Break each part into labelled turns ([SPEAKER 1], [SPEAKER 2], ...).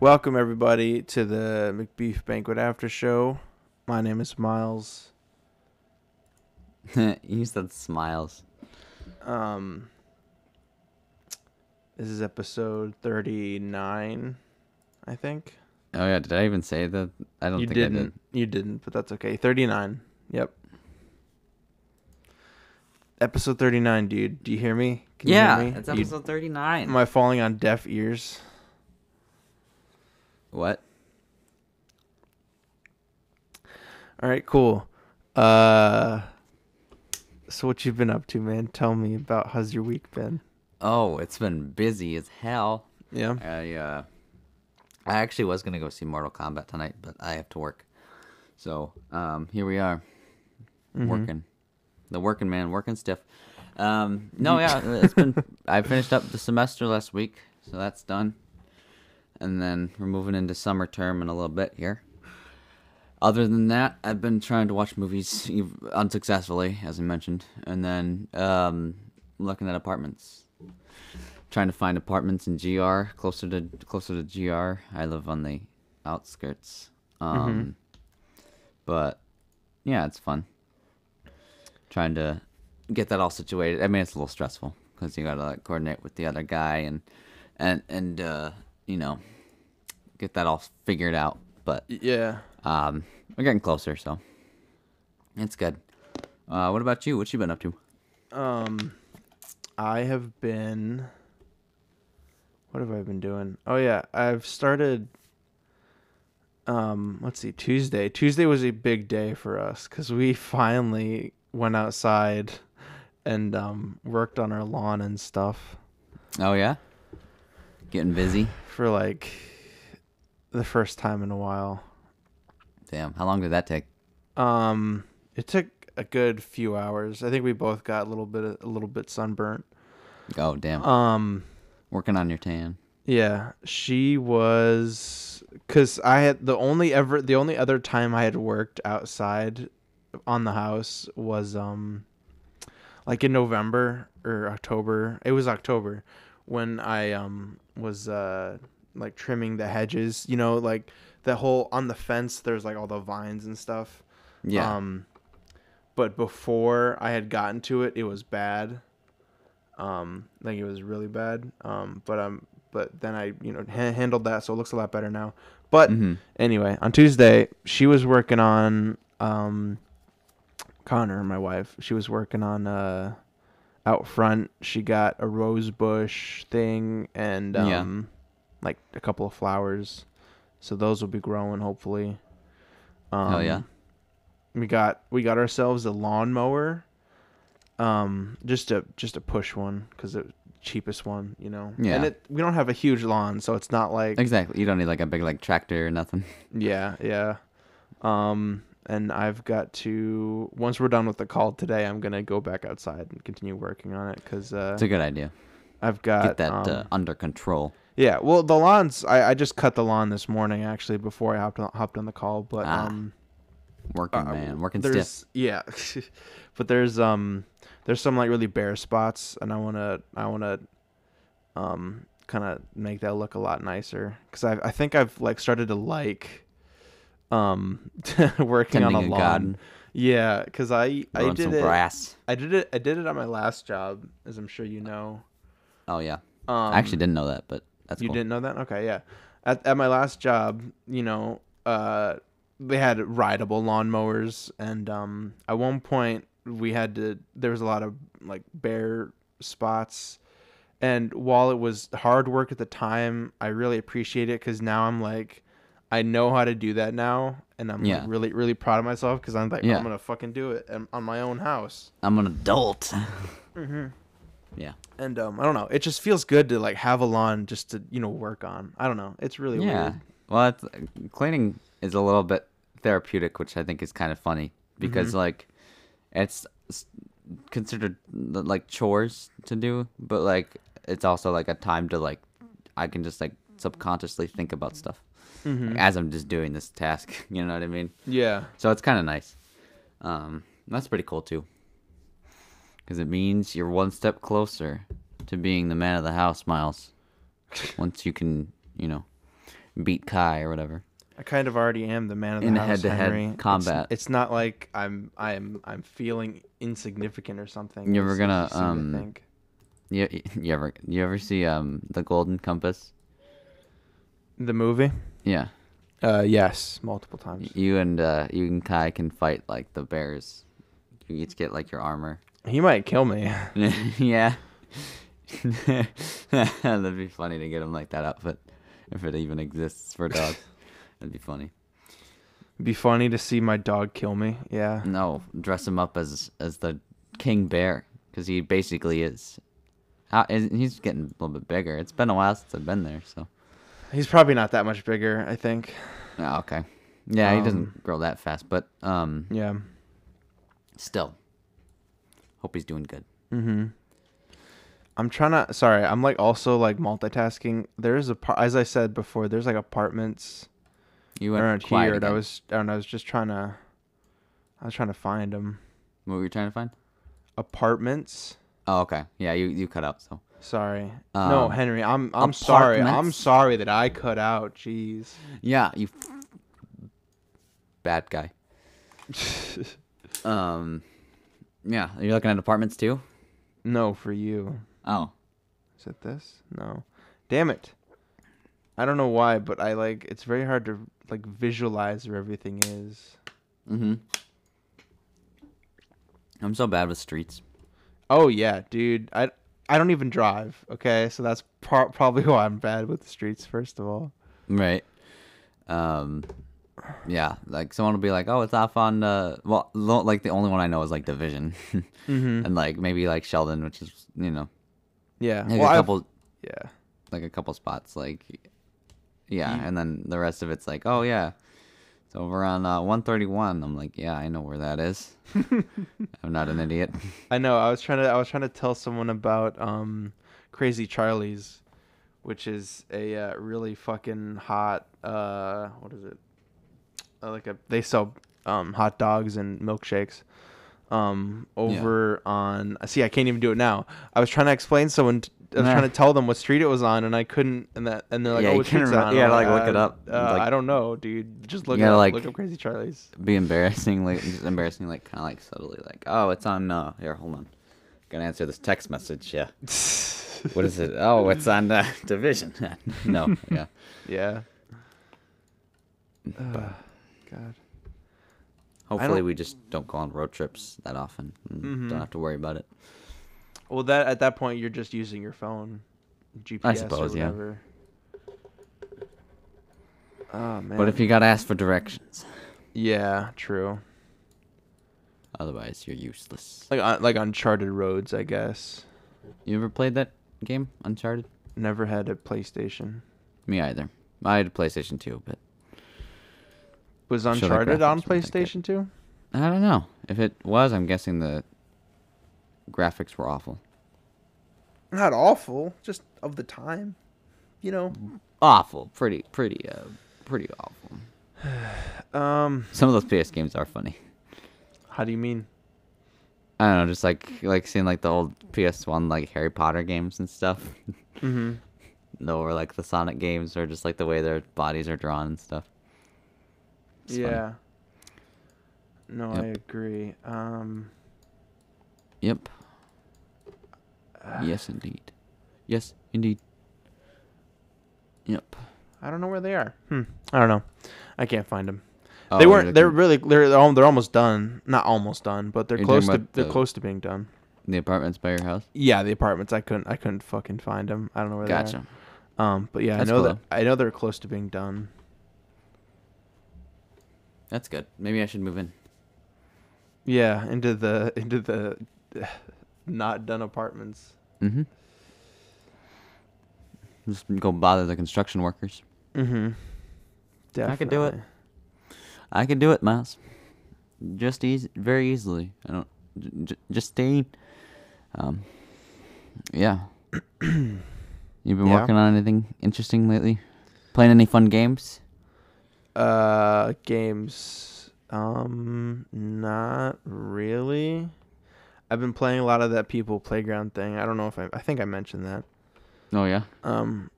[SPEAKER 1] Welcome everybody to the McBeef Banquet After Show. My name is Miles.
[SPEAKER 2] you said smiles.
[SPEAKER 1] Um, this is episode thirty-nine, I think.
[SPEAKER 2] Oh yeah, did I even say that? I don't
[SPEAKER 1] you
[SPEAKER 2] think
[SPEAKER 1] didn't.
[SPEAKER 2] I did.
[SPEAKER 1] You didn't, but that's okay. Thirty-nine. Yep. Episode thirty-nine, dude. Do you hear me? Can
[SPEAKER 2] yeah,
[SPEAKER 1] you hear me?
[SPEAKER 2] it's
[SPEAKER 1] You-
[SPEAKER 2] episode thirty nine.
[SPEAKER 1] am I falling on deaf ears?
[SPEAKER 2] What?
[SPEAKER 1] All right, cool. Uh, so what you've been up to, man? Tell me about how's your week been?
[SPEAKER 2] Oh, it's been busy as hell.
[SPEAKER 1] Yeah.
[SPEAKER 2] I uh, I actually was gonna go see Mortal Kombat tonight, but I have to work. So um, here we are, working. The working man, working stiff. Um, no, yeah, it's been. I finished up the semester last week, so that's done. And then we're moving into summer term in a little bit here. Other than that, I've been trying to watch movies unsuccessfully, as I mentioned, and then um, looking at apartments trying to find apartments in GR closer to closer to GR. I live on the outskirts, um, but yeah, it's fun. Trying to get that all situated. I mean, it's a little stressful because you gotta like, coordinate with the other guy and and and uh, you know get that all figured out. But
[SPEAKER 1] Yeah.
[SPEAKER 2] um, we're getting closer, so it's good. Uh, what about you? What you been up to?
[SPEAKER 1] Um, I have been. What have I been doing? Oh yeah, I've started. Um, let's see. Tuesday. Tuesday was a big day for us because we finally went outside, and um, worked on our lawn and stuff
[SPEAKER 2] Oh yeah, getting busy.
[SPEAKER 1] for like the first time in a while.
[SPEAKER 2] Damn, how long did that take?
[SPEAKER 1] Um, it took a good few hours. I think we both got a little bit a little bit sunburnt.
[SPEAKER 2] Oh damn!
[SPEAKER 1] Um,
[SPEAKER 2] Working on your tan.
[SPEAKER 1] Yeah, she was cuz I had the only ever the only other time I had worked outside on the house was um like in November or October. It was October when I um was uh like trimming the hedges, you know, like the whole on the fence there's like all the vines and stuff.
[SPEAKER 2] Yeah.
[SPEAKER 1] Um, but before I had gotten to it, it was bad. Um, like it was really bad. Um, but um, but then I you know ha- handled that, so it looks a lot better now. But mm-hmm.
[SPEAKER 2] Mhm.
[SPEAKER 1] anyway, on Tuesday she was working on um, Connor, my wife. She was working on uh, out front. She got a rose bush thing and
[SPEAKER 2] Yeah.
[SPEAKER 1] um, like a couple of flowers. So those will be growing hopefully. Um,
[SPEAKER 2] Hell yeah.
[SPEAKER 1] we got we got ourselves a lawnmower um just a just a push one because it cheapest one you know
[SPEAKER 2] Yeah.
[SPEAKER 1] and it we don't have a huge lawn so it's not like
[SPEAKER 2] Exactly. You don't need like a big like tractor or nothing.
[SPEAKER 1] yeah yeah um and i've got to once we're done with the call today i'm gonna go back outside and continue working on it because uh
[SPEAKER 2] It's a good idea.
[SPEAKER 1] i've got
[SPEAKER 2] Get that
[SPEAKER 1] um,
[SPEAKER 2] uh, under control.
[SPEAKER 1] yeah well the lawns I, I just cut the lawn this morning actually before i hopped on, hopped on the call but
[SPEAKER 2] Ah.
[SPEAKER 1] um
[SPEAKER 2] Working
[SPEAKER 1] uh,
[SPEAKER 2] Oh, man, working
[SPEAKER 1] there's,
[SPEAKER 2] stiff.
[SPEAKER 1] Yeah, but there's um there's some like really bare spots, and I wanna I wanna um kind of make that look a lot nicer because I I think I've like started to like um working on
[SPEAKER 2] Tending
[SPEAKER 1] a
[SPEAKER 2] a
[SPEAKER 1] lawn.
[SPEAKER 2] garden.
[SPEAKER 1] Yeah, because I I
[SPEAKER 2] Growing
[SPEAKER 1] did
[SPEAKER 2] some
[SPEAKER 1] it
[SPEAKER 2] grass.
[SPEAKER 1] I did it I did it on my last job, as I'm sure you know.
[SPEAKER 2] Oh yeah.
[SPEAKER 1] Um,
[SPEAKER 2] I actually didn't know that, but that's
[SPEAKER 1] you
[SPEAKER 2] cool.
[SPEAKER 1] didn't know that? Okay, yeah. At, at my last job, you know, uh, they had rideable lawnmowers, and um, at one point we had to. There was a lot of like bare spots, and while it was hard work at the time, I really appreciate it because now I'm like, I know how to do that now, and I'm like,
[SPEAKER 2] Yeah.
[SPEAKER 1] really really proud of myself because I'm like
[SPEAKER 2] Yeah.
[SPEAKER 1] I'm gonna fucking do it um, on my own house.
[SPEAKER 2] I'm an adult.
[SPEAKER 1] Mm-hmm.
[SPEAKER 2] Yeah.
[SPEAKER 1] And um, I don't know. It just feels good to like have a lawn just to you know work on. I don't know. It's really
[SPEAKER 2] Yeah.
[SPEAKER 1] weird.
[SPEAKER 2] Well, it's, cleaning is a little bit therapeutic, which I think is kind of funny because
[SPEAKER 1] Mm-hmm.
[SPEAKER 2] like it's s- considered like chores to do, but like it's also like a time to like I can just like subconsciously think about stuff
[SPEAKER 1] Mm-hmm.
[SPEAKER 2] as I'm just doing this task. You know what I mean?
[SPEAKER 1] Yeah.
[SPEAKER 2] So it's kind of nice. Um, that's pretty cool too, because it means you're one step closer to being the man of the house, Miles. Once you can, you know, beat Kai or whatever.
[SPEAKER 1] I kind of already am the man of the
[SPEAKER 2] In
[SPEAKER 1] house.
[SPEAKER 2] head-to-head
[SPEAKER 1] Henry. It's-
[SPEAKER 2] combat.
[SPEAKER 1] It's, not like I'm I'm I'm feeling insignificant or something.
[SPEAKER 2] You ever
[SPEAKER 1] It's
[SPEAKER 2] gonna,
[SPEAKER 1] easy to
[SPEAKER 2] um,
[SPEAKER 1] think.
[SPEAKER 2] You, you ever you ever see um the Golden Compass?
[SPEAKER 1] the movie?
[SPEAKER 2] Yeah,
[SPEAKER 1] Uh, yes, multiple times.
[SPEAKER 2] you and uh, you and Kai can fight like the bears. You each get like your armor.
[SPEAKER 1] He might kill me.
[SPEAKER 2] yeah, that'd be funny to get him like that outfit, if it even exists for dogs. That'd be funny.
[SPEAKER 1] It'd be funny to see my dog kill me. Yeah.
[SPEAKER 2] No, dress him up as as the king bear because he basically is. How, and he's getting a little bit bigger. It's been a while since I've been there, so.
[SPEAKER 1] He's probably not that much bigger, I think.
[SPEAKER 2] Oh, okay. Yeah, he
[SPEAKER 1] Um,
[SPEAKER 2] doesn't grow that fast, but um,
[SPEAKER 1] Yeah.
[SPEAKER 2] still, hope he's doing good.
[SPEAKER 1] Mhm. I'm trying to sorry, I'm like also like multitasking. There's a par- as I said before, there's like apartments
[SPEAKER 2] You
[SPEAKER 1] around
[SPEAKER 2] went quiet
[SPEAKER 1] here and I
[SPEAKER 2] again.
[SPEAKER 1] was and I was just trying to I was trying to find them.
[SPEAKER 2] What were you trying to find?
[SPEAKER 1] Apartments.
[SPEAKER 2] Oh, okay. Yeah, you you cut out. So
[SPEAKER 1] Sorry. no,
[SPEAKER 2] Um,
[SPEAKER 1] Henry, I'm I'm sorry. I'm
[SPEAKER 2] apartments?
[SPEAKER 1] sorry that I cut out. Jeez.
[SPEAKER 2] yeah, you bad guy. Um, yeah, you're looking at apartments too.
[SPEAKER 1] no for you.
[SPEAKER 2] Oh,
[SPEAKER 1] Is it this? No. Damn it. I don't know why, but I like it's very hard to like visualize where everything is.
[SPEAKER 2] mm-hmm. I'm so bad with streets.
[SPEAKER 1] Oh yeah, dude. I I don't even drive, okay? So that's pro- probably why I'm bad with the streets first of all.
[SPEAKER 2] Right. Um. Yeah, like someone will be like, "Oh, it's off on uh, well, lo- like the only one I know is like Division, and like maybe like Sheldon, which is you know
[SPEAKER 1] Yeah.
[SPEAKER 2] like
[SPEAKER 1] Well,
[SPEAKER 2] a
[SPEAKER 1] I've-
[SPEAKER 2] couple
[SPEAKER 1] yeah.
[SPEAKER 2] like a couple spots like yeah and then the rest of it's like oh yeah it's over on uh, 131 i'm like yeah i know where that is i'm not an idiot
[SPEAKER 1] I know. I was trying to I was trying to tell someone about um Crazy Charlie's which is a uh, really fucking hot uh what is it? Uh, like a they sell um hot dogs and milkshakes um over on see I can't even do it now. I was trying to explain someone t- I was
[SPEAKER 2] Nah.
[SPEAKER 1] trying to tell them what street it was on, and I couldn't. And that, and they're like,
[SPEAKER 2] Yeah,
[SPEAKER 1] "Oh,
[SPEAKER 2] you
[SPEAKER 1] what
[SPEAKER 2] can't
[SPEAKER 1] street's
[SPEAKER 2] remem-
[SPEAKER 1] on?"
[SPEAKER 2] yeah,
[SPEAKER 1] I'm
[SPEAKER 2] like, look it
[SPEAKER 1] "Uh,
[SPEAKER 2] up."
[SPEAKER 1] Uh,
[SPEAKER 2] Like-
[SPEAKER 1] I don't know, dude. Just look
[SPEAKER 2] You
[SPEAKER 1] it
[SPEAKER 2] gotta,
[SPEAKER 1] up.
[SPEAKER 2] like-
[SPEAKER 1] look up Crazy Charlie's.
[SPEAKER 2] be embarrassingly just embarrassing like kind of like subtly like oh it's on uh here hold on gonna answer this text message yeah what is it oh it's on uh, division no yeah
[SPEAKER 1] Yeah. Ugh, God.
[SPEAKER 2] hopefully
[SPEAKER 1] don't- Mm-hmm.
[SPEAKER 2] we just don't go on road trips that often and don't have to worry about it
[SPEAKER 1] Well, that at that point you're just using your phone, GPS
[SPEAKER 2] suppose,
[SPEAKER 1] or
[SPEAKER 2] yeah.
[SPEAKER 1] whatever. Oh man.
[SPEAKER 2] but if you gotta ask for directions
[SPEAKER 1] yeah, true.
[SPEAKER 2] otherwise you're useless
[SPEAKER 1] Like on, like uncharted roads, I guess.
[SPEAKER 2] you ever played that game uncharted
[SPEAKER 1] Never had a PlayStation.
[SPEAKER 2] Me either. I had a PlayStation 2, but
[SPEAKER 1] Was
[SPEAKER 2] Sure, the
[SPEAKER 1] Uncharted on
[SPEAKER 2] graphics weren't that good.
[SPEAKER 1] PlayStation too?
[SPEAKER 2] I don't know. If it was, I'm guessing the graphics were awful.
[SPEAKER 1] Not awful, just of the time. You
[SPEAKER 2] Mm.
[SPEAKER 1] know.
[SPEAKER 2] Awful. Pretty, pretty, uh, pretty awful.
[SPEAKER 1] Um.
[SPEAKER 2] Some of those PS games are funny.
[SPEAKER 1] How do you mean?
[SPEAKER 2] I don't know, just like like seeing like the old PS1 like Harry Potter games and stuff.
[SPEAKER 1] Mm-hmm.
[SPEAKER 2] no, or like the Sonic games, or just like the way their bodies are drawn and stuff. It's funny.
[SPEAKER 1] yeah. No,
[SPEAKER 2] Yep.
[SPEAKER 1] I agree. Um.
[SPEAKER 2] Yep. yes, indeed. Yes, indeed. Yep.
[SPEAKER 1] I don't know where they are. Hmm. I don't know. I can't find them.
[SPEAKER 2] Oh,
[SPEAKER 1] they
[SPEAKER 2] you're
[SPEAKER 1] weren't. They're
[SPEAKER 2] looking-
[SPEAKER 1] really. They're they're, al- they're almost done. Not almost done, but they're
[SPEAKER 2] You're
[SPEAKER 1] close
[SPEAKER 2] talking
[SPEAKER 1] to.
[SPEAKER 2] about
[SPEAKER 1] They're
[SPEAKER 2] the-
[SPEAKER 1] close to being done.
[SPEAKER 2] the apartments by your house.
[SPEAKER 1] Yeah, the apartments. I couldn't. I couldn't fucking find them. I don't know where they
[SPEAKER 2] Gotcha.
[SPEAKER 1] are. Um, but yeah,
[SPEAKER 2] That's
[SPEAKER 1] I know
[SPEAKER 2] cool,
[SPEAKER 1] that. I know they're close to being done.
[SPEAKER 2] That's good. Maybe I should move in.
[SPEAKER 1] Yeah, into the into the not done apartments.
[SPEAKER 2] Mm-hmm. Just go bother the construction workers.
[SPEAKER 1] Mm-hmm. Definitely.
[SPEAKER 2] I could do it. I can do it, Miles. Just easy, very easily. I don't. J- j- just staying. Um. Yeah. You've been
[SPEAKER 1] Yeah.
[SPEAKER 2] working on anything interesting lately? Playing any fun games?
[SPEAKER 1] Uh, games. Um, not really. I've been playing a lot of Oh, that people playground thing. I don't know if I. I think I mentioned that.
[SPEAKER 2] Oh yeah.
[SPEAKER 1] Um,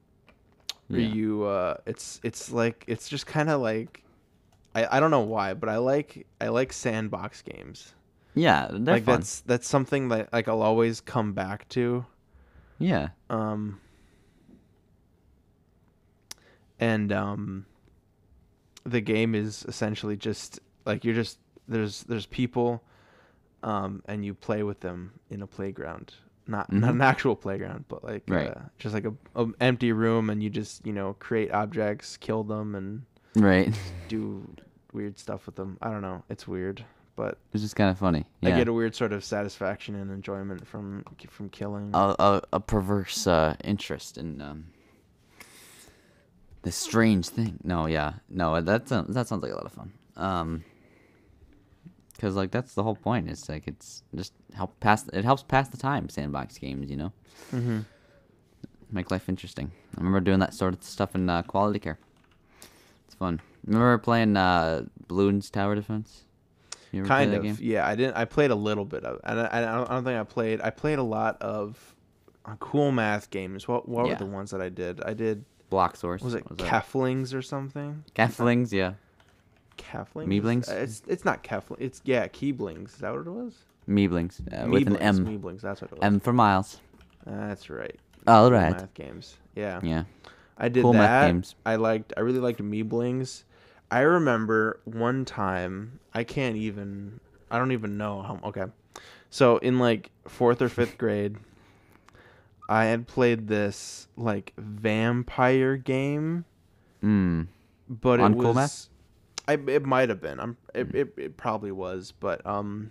[SPEAKER 1] Or you uh it's it's like it's just kind of like I, I don't know why, but I like I like sandbox games.
[SPEAKER 2] Yeah, they're
[SPEAKER 1] like
[SPEAKER 2] fun.
[SPEAKER 1] that's that's something that like I'll always come back to.
[SPEAKER 2] Yeah,
[SPEAKER 1] Um and um the game is essentially just like you're just there's there's people um and you play with them in a playground. Not not
[SPEAKER 2] Mhm.
[SPEAKER 1] an actual playground, but like
[SPEAKER 2] Right.
[SPEAKER 1] uh, just like a, a empty room and you just, you know, create objects, kill them and
[SPEAKER 2] right.
[SPEAKER 1] do weird stuff with them. I don't know. It's weird, but
[SPEAKER 2] It's just kind of funny. Yeah.
[SPEAKER 1] I get a weird sort of satisfaction and enjoyment from from killing.
[SPEAKER 2] a a, a perverse uh, interest in um, this strange thing. No, yeah, no, that sounds that sounds like a lot of fun. Um, because like that's the whole point. It's like it's just help pass. It helps pass the time. Sandbox games, you know,
[SPEAKER 1] hmm
[SPEAKER 2] make life interesting. I remember doing that sort of stuff in uh, quality care. It's fun. Remember playing uh, Balloons Tower Defense? You ever play
[SPEAKER 1] Kind
[SPEAKER 2] that
[SPEAKER 1] of.
[SPEAKER 2] game?
[SPEAKER 1] Yeah, I didn't. I played a little bit of, and I, I, don't, I don't think I played. I played a lot of uh, cool math games. What what
[SPEAKER 2] Yeah.
[SPEAKER 1] were the ones that I did? I did.
[SPEAKER 2] Block Source.
[SPEAKER 1] Was it
[SPEAKER 2] was that?
[SPEAKER 1] Keflings or something?
[SPEAKER 2] Keflings? Yeah,
[SPEAKER 1] Keflings. Uh,
[SPEAKER 2] Meeblings?
[SPEAKER 1] It's it's not Keflings. It's yeah, Keyblings. Is that what it was?
[SPEAKER 2] Meeblings uh, with an
[SPEAKER 1] Meeblings,
[SPEAKER 2] M.
[SPEAKER 1] Meeblings. That's what it was.
[SPEAKER 2] M for Miles.
[SPEAKER 1] That's right.
[SPEAKER 2] All
[SPEAKER 1] Cool
[SPEAKER 2] right.
[SPEAKER 1] Math games. Yeah.
[SPEAKER 2] Yeah.
[SPEAKER 1] I did
[SPEAKER 2] Cool
[SPEAKER 1] that.
[SPEAKER 2] math games.
[SPEAKER 1] I liked. I really liked Meeblings. I remember one time. I can't even. I don't even know how. Okay, so in like fourth or fifth grade, I had played this like vampire game,
[SPEAKER 2] Mm.
[SPEAKER 1] but
[SPEAKER 2] On
[SPEAKER 1] it was.
[SPEAKER 2] Cool Math? Hmm.
[SPEAKER 1] I it might have been. I'm. It, it it probably was, but um,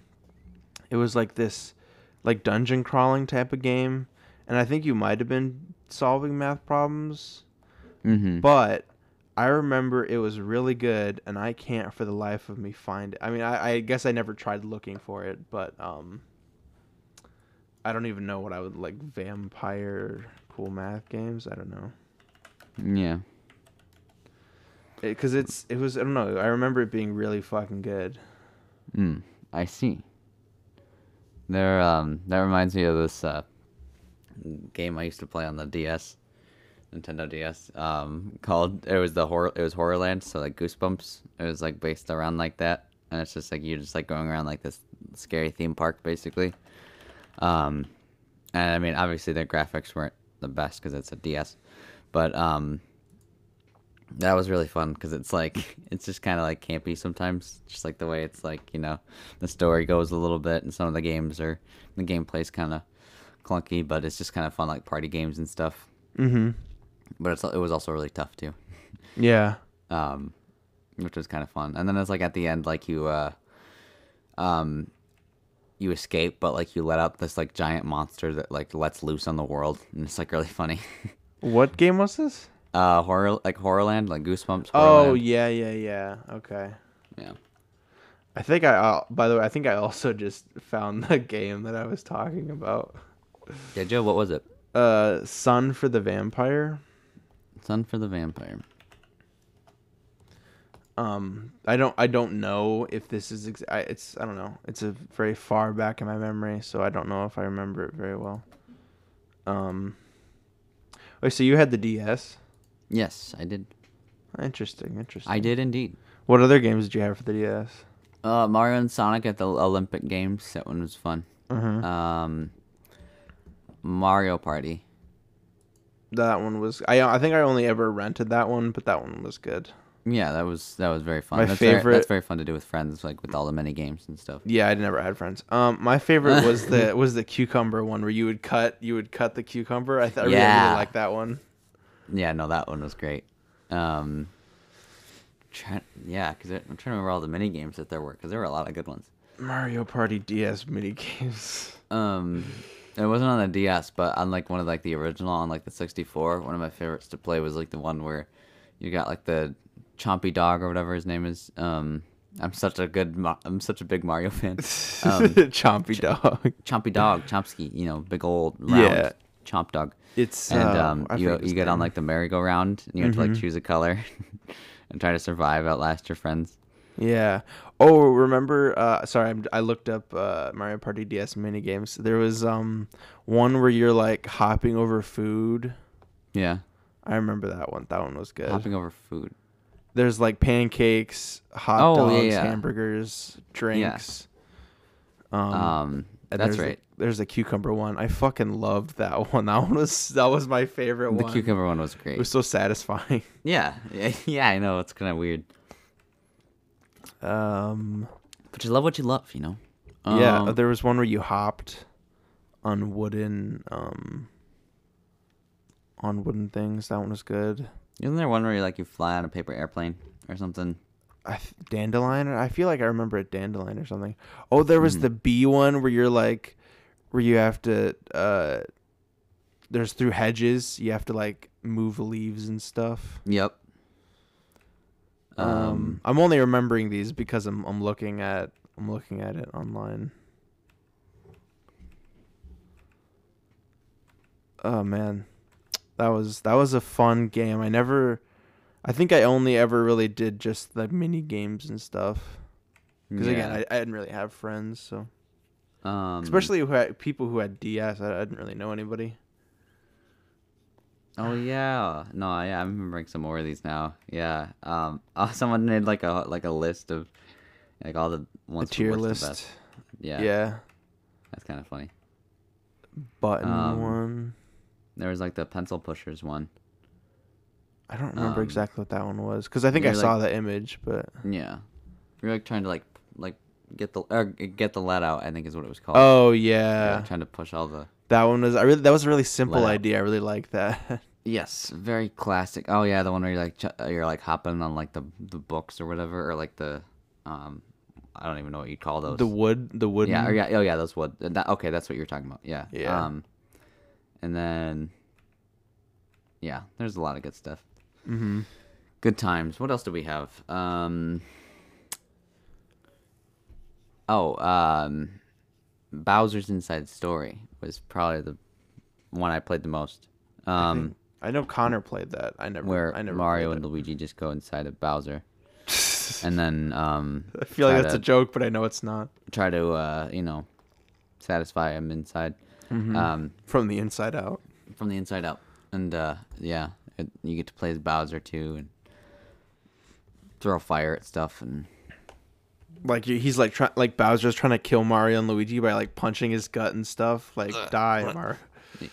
[SPEAKER 1] it was like this, like dungeon crawling type of game, and I think you might have been solving math problems
[SPEAKER 2] Mm-hmm.
[SPEAKER 1] but I remember it was really good, and I can't for the life of me find it. I mean, I, I guess I never tried looking for it, but um, I don't even know what I would like vampire cool math games. I don't know
[SPEAKER 2] yeah.
[SPEAKER 1] because it's it was I don't know. I remember it being really fucking good.
[SPEAKER 2] Mm. I see. There. Um. That reminds me of this uh, game I used to play on the DS, Nintendo DS. Um. Called it was the horror. It was Horrorland. So like Goosebumps. It was like based around like that, and it's just like you're just like going around like this scary theme park basically. Um. And I mean, obviously the graphics weren't the best because it's a DS, but um. That was really fun because it's like it's just kind of like campy sometimes, just like the way it's like you know the story goes a little bit, and some of the games are the gameplay's kind of clunky, but it's just kind of fun like party games and stuff.
[SPEAKER 1] Mm-hmm.
[SPEAKER 2] But it's it was also really tough too,
[SPEAKER 1] Yeah.
[SPEAKER 2] um, which was kind of fun. And then it's like at the end, like you uh, um, you escape, but like you let out this like giant monster that like lets loose on the world, and it's like really funny.
[SPEAKER 1] What game was this?
[SPEAKER 2] uh, horror like Horrorland, like Goosebumps.
[SPEAKER 1] Oh
[SPEAKER 2] Horrorland.
[SPEAKER 1] yeah, yeah, yeah. Okay.
[SPEAKER 2] yeah.
[SPEAKER 1] I think I. Uh, by the way, I think I also just found the game that I was talking about.
[SPEAKER 2] Yeah, Joe, what was it?
[SPEAKER 1] Uh, Sun for the Vampire.
[SPEAKER 2] Sun for the Vampire.
[SPEAKER 1] um i don't i don't know if this is ex- I, it's i don't know it's a very far back in my memory so i don't know if i remember it very well um wait so you had the ds
[SPEAKER 2] Yes, I did.
[SPEAKER 1] interesting interesting
[SPEAKER 2] I did indeed.
[SPEAKER 1] what other games did you have for the ds
[SPEAKER 2] Uh, Mario and Sonic at the Olympic Games. That one was fun.
[SPEAKER 1] Mhm.
[SPEAKER 2] Um, Mario Party.
[SPEAKER 1] that one was i i think i only ever rented that one but that one was good
[SPEAKER 2] Yeah, that was that was very fun.
[SPEAKER 1] My
[SPEAKER 2] that's very-
[SPEAKER 1] favorite-
[SPEAKER 2] that's very fun to do with friends, like with all the mini games and stuff.
[SPEAKER 1] yeah i never had friends um my favorite was the was the cucumber one where you would cut you would cut the cucumber i, th- I really,
[SPEAKER 2] Yeah.
[SPEAKER 1] really like that one
[SPEAKER 2] Yeah, no, that one was great. Um, try, yeah, because I'm trying to remember all the mini games that there were, because there were a lot of good ones.
[SPEAKER 1] mario party ds mini games
[SPEAKER 2] Um, it wasn't on the DS, but on like one of like the original on like the 64. One of my favorites to play was like the one where you got like the Chompy Dog or whatever his name is. Um, I'm such a good, Ma- I'm such a big Mario fan.
[SPEAKER 1] Um, chompy dog
[SPEAKER 2] Chompy Dog, Chompsky, you know, big old round
[SPEAKER 1] Yeah.
[SPEAKER 2] Chomp Dog.
[SPEAKER 1] It's
[SPEAKER 2] and
[SPEAKER 1] uh,
[SPEAKER 2] um,
[SPEAKER 1] I
[SPEAKER 2] you
[SPEAKER 1] forget his
[SPEAKER 2] you get on
[SPEAKER 1] name. Mm-hmm.
[SPEAKER 2] like the merry-go-round and you have to like choose a color and try to survive, outlast your friends.
[SPEAKER 1] yeah. Oh, remember? Uh, sorry, I'm, I looked up uh, Mario Party DS minigames. There was um one where you're like hopping over food.
[SPEAKER 2] Yeah.
[SPEAKER 1] I remember that one. That one was good.
[SPEAKER 2] Hopping over food.
[SPEAKER 1] There's like pancakes, hot
[SPEAKER 2] Oh,
[SPEAKER 1] dogs,
[SPEAKER 2] yeah, yeah.
[SPEAKER 1] hamburgers, drinks. Um,
[SPEAKER 2] Um,
[SPEAKER 1] and
[SPEAKER 2] that's
[SPEAKER 1] there's a-
[SPEAKER 2] right.
[SPEAKER 1] there's a cucumber one. I fucking loved that one. That one was that was my favorite
[SPEAKER 2] The
[SPEAKER 1] one.
[SPEAKER 2] cucumber one was great.
[SPEAKER 1] It was so satisfying.
[SPEAKER 2] Yeah, yeah, yeah. I know it's kind of weird,
[SPEAKER 1] Um,
[SPEAKER 2] but you love what you love, you know.
[SPEAKER 1] yeah,
[SPEAKER 2] Um,
[SPEAKER 1] there was one where you hopped on wooden um on wooden things. That one was good.
[SPEAKER 2] Isn't there one where you like you fly on a paper airplane or something?
[SPEAKER 1] I th- dandelion. I feel like I remember a dandelion or something. Oh, there was the bee one where you're like, where you have to. uh There's through hedges. You have to like move leaves and stuff.
[SPEAKER 2] Yep.
[SPEAKER 1] Um,
[SPEAKER 2] Um,
[SPEAKER 1] I'm only remembering these because I'm I'm looking at I'm looking at it online. Oh man. That was that was a fun game. I never I think I only ever really did just the mini games and stuff. Because again, I, I didn't really have friends, so
[SPEAKER 2] um,
[SPEAKER 1] especially who had, people who had DS, I, I didn't really know anybody.
[SPEAKER 2] Oh yeah, no, yeah, I'm remembering some more of these now. Yeah, um, oh, someone made like a like a list of like all the
[SPEAKER 1] A
[SPEAKER 2] ones
[SPEAKER 1] tier
[SPEAKER 2] were
[SPEAKER 1] list,
[SPEAKER 2] The best. Yeah,
[SPEAKER 1] yeah.
[SPEAKER 2] yeah, that's kind of funny.
[SPEAKER 1] Button
[SPEAKER 2] Um,
[SPEAKER 1] one.
[SPEAKER 2] There was like the pencil pushers one.
[SPEAKER 1] I don't remember
[SPEAKER 2] um,
[SPEAKER 1] exactly what that one was because I think I
[SPEAKER 2] you're, like-
[SPEAKER 1] saw the image, but
[SPEAKER 2] Yeah, we were like trying to like like get the or get the lead out. I think is what it was called.
[SPEAKER 1] oh
[SPEAKER 2] We were,
[SPEAKER 1] yeah,
[SPEAKER 2] like, trying to push all the
[SPEAKER 1] That one was I really that was a really simple
[SPEAKER 2] Let out.
[SPEAKER 1] idea. I really like that.
[SPEAKER 2] Yes, very classic. Oh yeah, the one where you're like ch- you're like hopping on like the the books or whatever, or like the um, I don't even know what you call those.
[SPEAKER 1] the wood, the wooden.
[SPEAKER 2] yeah, or yeah, oh yeah, those wood. uh, That, okay, that's what you were talking about. Yeah,
[SPEAKER 1] Yeah.
[SPEAKER 2] Um, and then yeah, there's a lot of good stuff.
[SPEAKER 1] hmm
[SPEAKER 2] Good times. What else do we have? Um, oh, um, Bowser's Inside Story was probably the one I played the most. Um.
[SPEAKER 1] I know Connor played that. I never.
[SPEAKER 2] where
[SPEAKER 1] I never
[SPEAKER 2] Mario
[SPEAKER 1] played
[SPEAKER 2] and
[SPEAKER 1] it.
[SPEAKER 2] Luigi just go inside of Bowser, and then um,
[SPEAKER 1] I feel like
[SPEAKER 2] try
[SPEAKER 1] that's a
[SPEAKER 2] to,
[SPEAKER 1] joke, but I know it's not
[SPEAKER 2] try to uh, you know satisfy him inside
[SPEAKER 1] Mm-hmm.
[SPEAKER 2] um,
[SPEAKER 1] from the inside out.
[SPEAKER 2] from the inside out, and uh, yeah, it, you get to play as Bowser too and throw fire at stuff and
[SPEAKER 1] Like you- he's like trying, like Bowser's trying to kill Mario and Luigi by like punching his gut and stuff. Like die, Mario.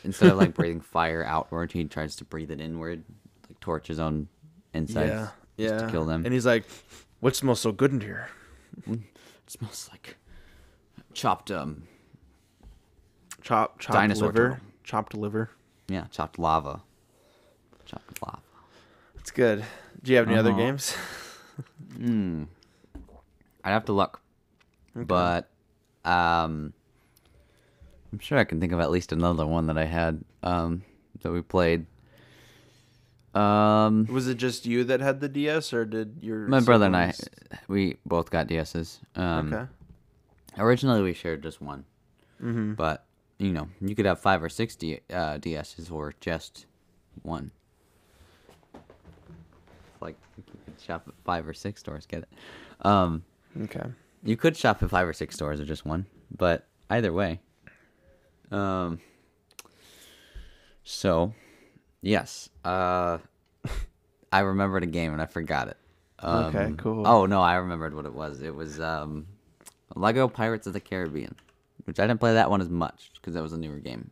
[SPEAKER 2] instead of like breathing fire outward, he tries to breathe it inward, like torch his own insides
[SPEAKER 1] Yeah,
[SPEAKER 2] just
[SPEAKER 1] yeah.
[SPEAKER 2] to kill them.
[SPEAKER 1] And he's like, "What smells so good in here?"
[SPEAKER 2] it smells like chopped um
[SPEAKER 1] Chop, chopped
[SPEAKER 2] Dinosaur
[SPEAKER 1] liver,
[SPEAKER 2] turtle.
[SPEAKER 1] chopped liver.
[SPEAKER 2] yeah chopped lava, chopped lava.
[SPEAKER 1] It's good. Do you have any other
[SPEAKER 2] Uh-huh.
[SPEAKER 1] games?
[SPEAKER 2] I'd have to look. But um I'm sure I can think of at least another one that I had um that we played. Um
[SPEAKER 1] Was it just you that had the DS, or did your
[SPEAKER 2] my brother and I
[SPEAKER 1] siblings-
[SPEAKER 2] we both got DSs. Um
[SPEAKER 1] Okay.
[SPEAKER 2] originally we shared just one. Mm-hmm. But you know, you could have 5 or 6 D- uh, DSs or just one. Like you could shop at 5 or 6 stores, get it. Um
[SPEAKER 1] Okay.
[SPEAKER 2] You could shop at five or six stores or just one, but either way. Um. So, yes, uh, I remembered a game and I forgot it. Um,
[SPEAKER 1] Okay, cool.
[SPEAKER 2] Oh no, I remembered what it was. It was um, Lego Pirates of the Caribbean, which I didn't play that one as much because that was a newer game.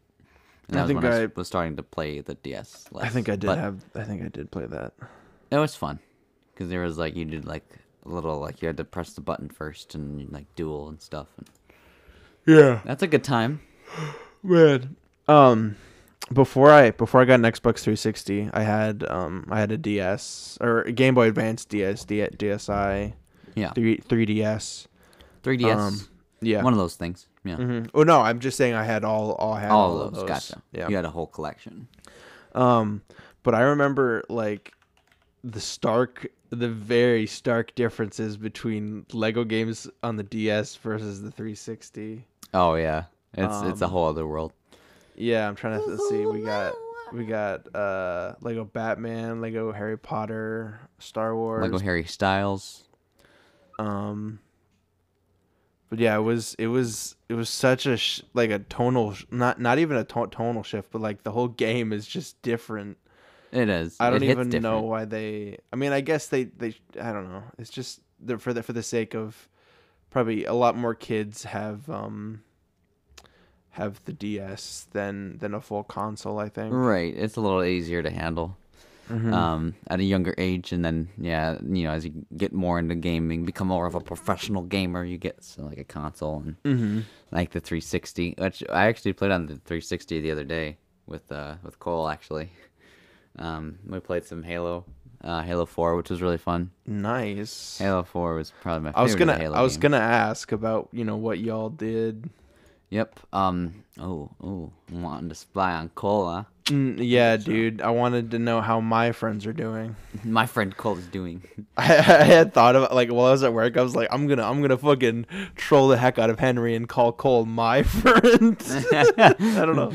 [SPEAKER 1] I
[SPEAKER 2] And that was
[SPEAKER 1] think
[SPEAKER 2] when I
[SPEAKER 1] I-
[SPEAKER 2] s- was starting to play the DS.
[SPEAKER 1] I think I did
[SPEAKER 2] have.
[SPEAKER 1] have. I think I did play that.
[SPEAKER 2] It was fun because there was like you did like a little like you had to press the button first and you'd, like duel and stuff. And
[SPEAKER 1] Yeah,
[SPEAKER 2] that's a good time.
[SPEAKER 1] man. Um, before I before I got an Xbox 360, I had um I had a DS or a Game Boy Advance DS, D- DSi,
[SPEAKER 2] Yeah,
[SPEAKER 1] three 3DS.
[SPEAKER 2] 3ds,
[SPEAKER 1] Um, yeah.
[SPEAKER 2] one of those things. Yeah, Mm-hmm.
[SPEAKER 1] Mhm. Oh no, I'm just saying I had all all I had
[SPEAKER 2] all of those. Gotcha.
[SPEAKER 1] Yeah.
[SPEAKER 2] you had a whole collection.
[SPEAKER 1] Um, but I remember like the stark, the very stark differences between Lego games on the DS versus the 360.
[SPEAKER 2] Oh yeah, it's it's a
[SPEAKER 1] Um,
[SPEAKER 2] whole other world.
[SPEAKER 1] Yeah, I'm trying to let's see. We got we got uh Lego Batman, Lego Harry Potter, Star Wars.
[SPEAKER 2] Lego Harry Styles.
[SPEAKER 1] Um But yeah, it was it was it was such a sh- like a tonal sh- not not even a to- tonal shift, but like the whole game is just different.
[SPEAKER 2] It is.
[SPEAKER 1] I don't
[SPEAKER 2] It hits
[SPEAKER 1] even know
[SPEAKER 2] different.
[SPEAKER 1] why they. I mean, I guess they they. I don't know. It's just they're for the for the sake of probably a lot more kids have um have the DS than than a full console. I think.
[SPEAKER 2] Right. It's a little easier to handle.
[SPEAKER 1] Mm-hmm.
[SPEAKER 2] Um, at a younger age, and then yeah, you know, as you get more into gaming, become more of a professional gamer, you get so, like a console and
[SPEAKER 1] Mm-hmm.
[SPEAKER 2] like the 360. Which I actually played on the 360 the other day with uh with Cole actually. Um, we played some Halo, uh, Halo 4, which was really fun.
[SPEAKER 1] Nice.
[SPEAKER 2] Halo 4 was probably my favorite.
[SPEAKER 1] I was
[SPEAKER 2] of the
[SPEAKER 1] gonna
[SPEAKER 2] Halo
[SPEAKER 1] I was
[SPEAKER 2] games.
[SPEAKER 1] gonna ask about you know what y'all did.
[SPEAKER 2] Yep. Um. Oh. Oh. I'm wanting to spy on Cole. Huh?
[SPEAKER 1] Mm, yeah, dude. I wanted to know how my friends are doing.
[SPEAKER 2] My friend Cole is doing.
[SPEAKER 1] I, I had thought about like while I was at work, I was like, I'm gonna I'm gonna fucking troll the heck out of Henry and call Cole my friend. I don't know.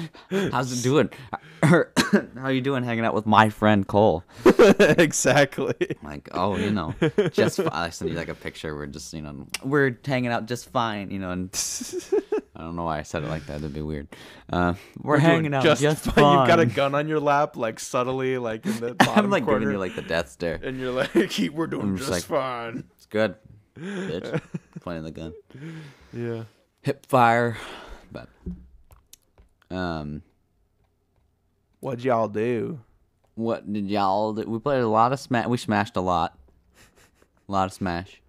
[SPEAKER 2] How's it doing? How you doing? Hanging out with my friend Cole.
[SPEAKER 1] exactly.
[SPEAKER 2] Like, oh, you know, just fine. I send you like a picture. We're just, you know, we're hanging out just fine. You know, and I don't know why I said it like that. That'd be weird. Uh, we're,
[SPEAKER 1] Doing
[SPEAKER 2] hanging out just, fine.
[SPEAKER 1] You've got a gun on your lap, like subtly, like in the bottom
[SPEAKER 2] I'm like
[SPEAKER 1] corner,
[SPEAKER 2] giving you like the death stare.
[SPEAKER 1] and you're like, "Hey, we're doing
[SPEAKER 2] I'm
[SPEAKER 1] just
[SPEAKER 2] just
[SPEAKER 1] fine.
[SPEAKER 2] It's good, bitch. Playing the gun.
[SPEAKER 1] Yeah.
[SPEAKER 2] Hip fire, but um.
[SPEAKER 1] What'd y'all do?
[SPEAKER 2] What did y'all? Do? We played a lot of smash. We smashed a lot, a lot of smash.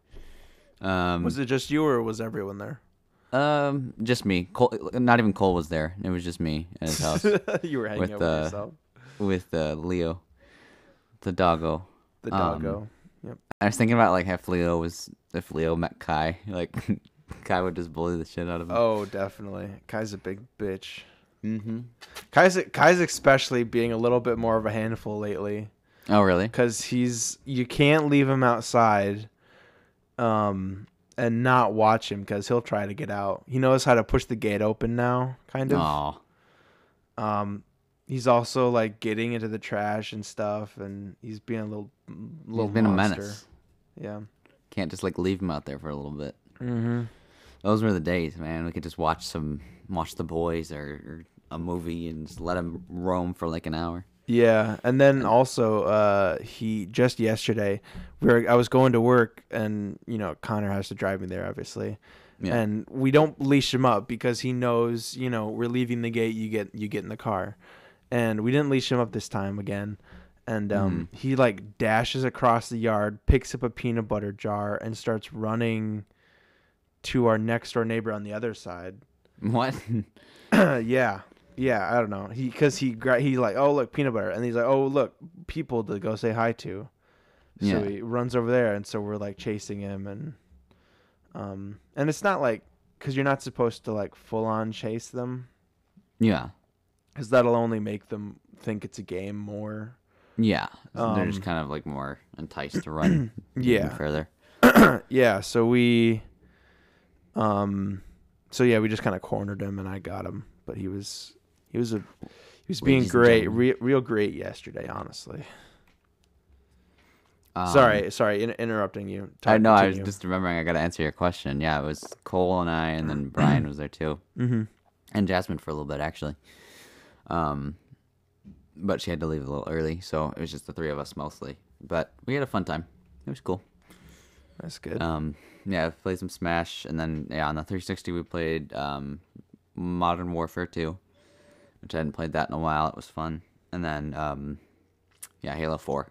[SPEAKER 2] Um,
[SPEAKER 1] Was it just you, or was everyone there?
[SPEAKER 2] um, just me. Cole, not even Cole was there. It was just me at his house
[SPEAKER 1] you were hanging
[SPEAKER 2] With,
[SPEAKER 1] out with
[SPEAKER 2] uh,
[SPEAKER 1] yourself.
[SPEAKER 2] with uh, Leo, the doggo.
[SPEAKER 1] The
[SPEAKER 2] um,
[SPEAKER 1] doggo.
[SPEAKER 2] I was thinking about like if Leo was if Leo met Kai, like Kai would just bully the shit out of him.
[SPEAKER 1] Oh, definitely. Kai's a big bitch.
[SPEAKER 2] mm-hmm.
[SPEAKER 1] Kai's Kai's especially being a little bit more of a handful lately
[SPEAKER 2] oh really?
[SPEAKER 1] because he's you can't leave him outside, um, and not watch him because he'll try to get out. He knows how to push the gate open now, kind of.
[SPEAKER 2] Oh,
[SPEAKER 1] Um, he's also like getting into the trash and stuff, and he's being a little little
[SPEAKER 2] he's been
[SPEAKER 1] monster.
[SPEAKER 2] a menace.
[SPEAKER 1] Yeah.
[SPEAKER 2] Can't just like leave him out there for a little bit.
[SPEAKER 1] Mm-hmm.
[SPEAKER 2] Those were the days, man. We could just watch some, watch the boys or, or a movie and just let them roam for like an hour.
[SPEAKER 1] Yeah, and then also uh he just yesterday we were I was going to work and you know Connor has to drive me there obviously.
[SPEAKER 2] Yeah.
[SPEAKER 1] And we don't leash him up because he knows, you know, we're leaving the gate, you get you get in the car. And we didn't leash him up this time again. And um he like dashes across the yard, picks up a peanut butter jar and starts running to our next door neighbor on the other side.
[SPEAKER 2] What?
[SPEAKER 1] Uh, yeah, yeah. I don't know. He because he gra- he like oh look peanut butter, and he's like oh look people to go say hi to. So
[SPEAKER 2] Yeah.
[SPEAKER 1] he runs over there, and so we're like chasing him, and um, and it's not like because you're not supposed to like full on chase them,
[SPEAKER 2] yeah,
[SPEAKER 1] because that'll only make them think it's a game more.
[SPEAKER 2] yeah. They're just kind of like more enticed to run. even
[SPEAKER 1] Um, Yeah.
[SPEAKER 2] Further.
[SPEAKER 1] Yeah. So we, um, so yeah, we just kind of cornered him, and I got him, but he was he was a he was being
[SPEAKER 2] Ladies and
[SPEAKER 1] great,
[SPEAKER 2] gentlemen.
[SPEAKER 1] re- real great yesterday, honestly.
[SPEAKER 2] Um,
[SPEAKER 1] sorry, sorry, in- interrupting you.
[SPEAKER 2] I know. I was
[SPEAKER 1] Continue.
[SPEAKER 2] just remembering. I got to answer your question. Yeah, it was Cole and I, and then Brian was there too, mm-hmm. and Jasmine for a little bit actually. Um, but she had to leave a little early, so it was just the three of us mostly. But we had a fun time. It was cool.
[SPEAKER 1] That's good.
[SPEAKER 2] Um, yeah, played some Smash, and then yeah, on the 360 we played um, Modern Warfare 2, which I hadn't played that in a while. It was fun, and then um, yeah, Halo 4,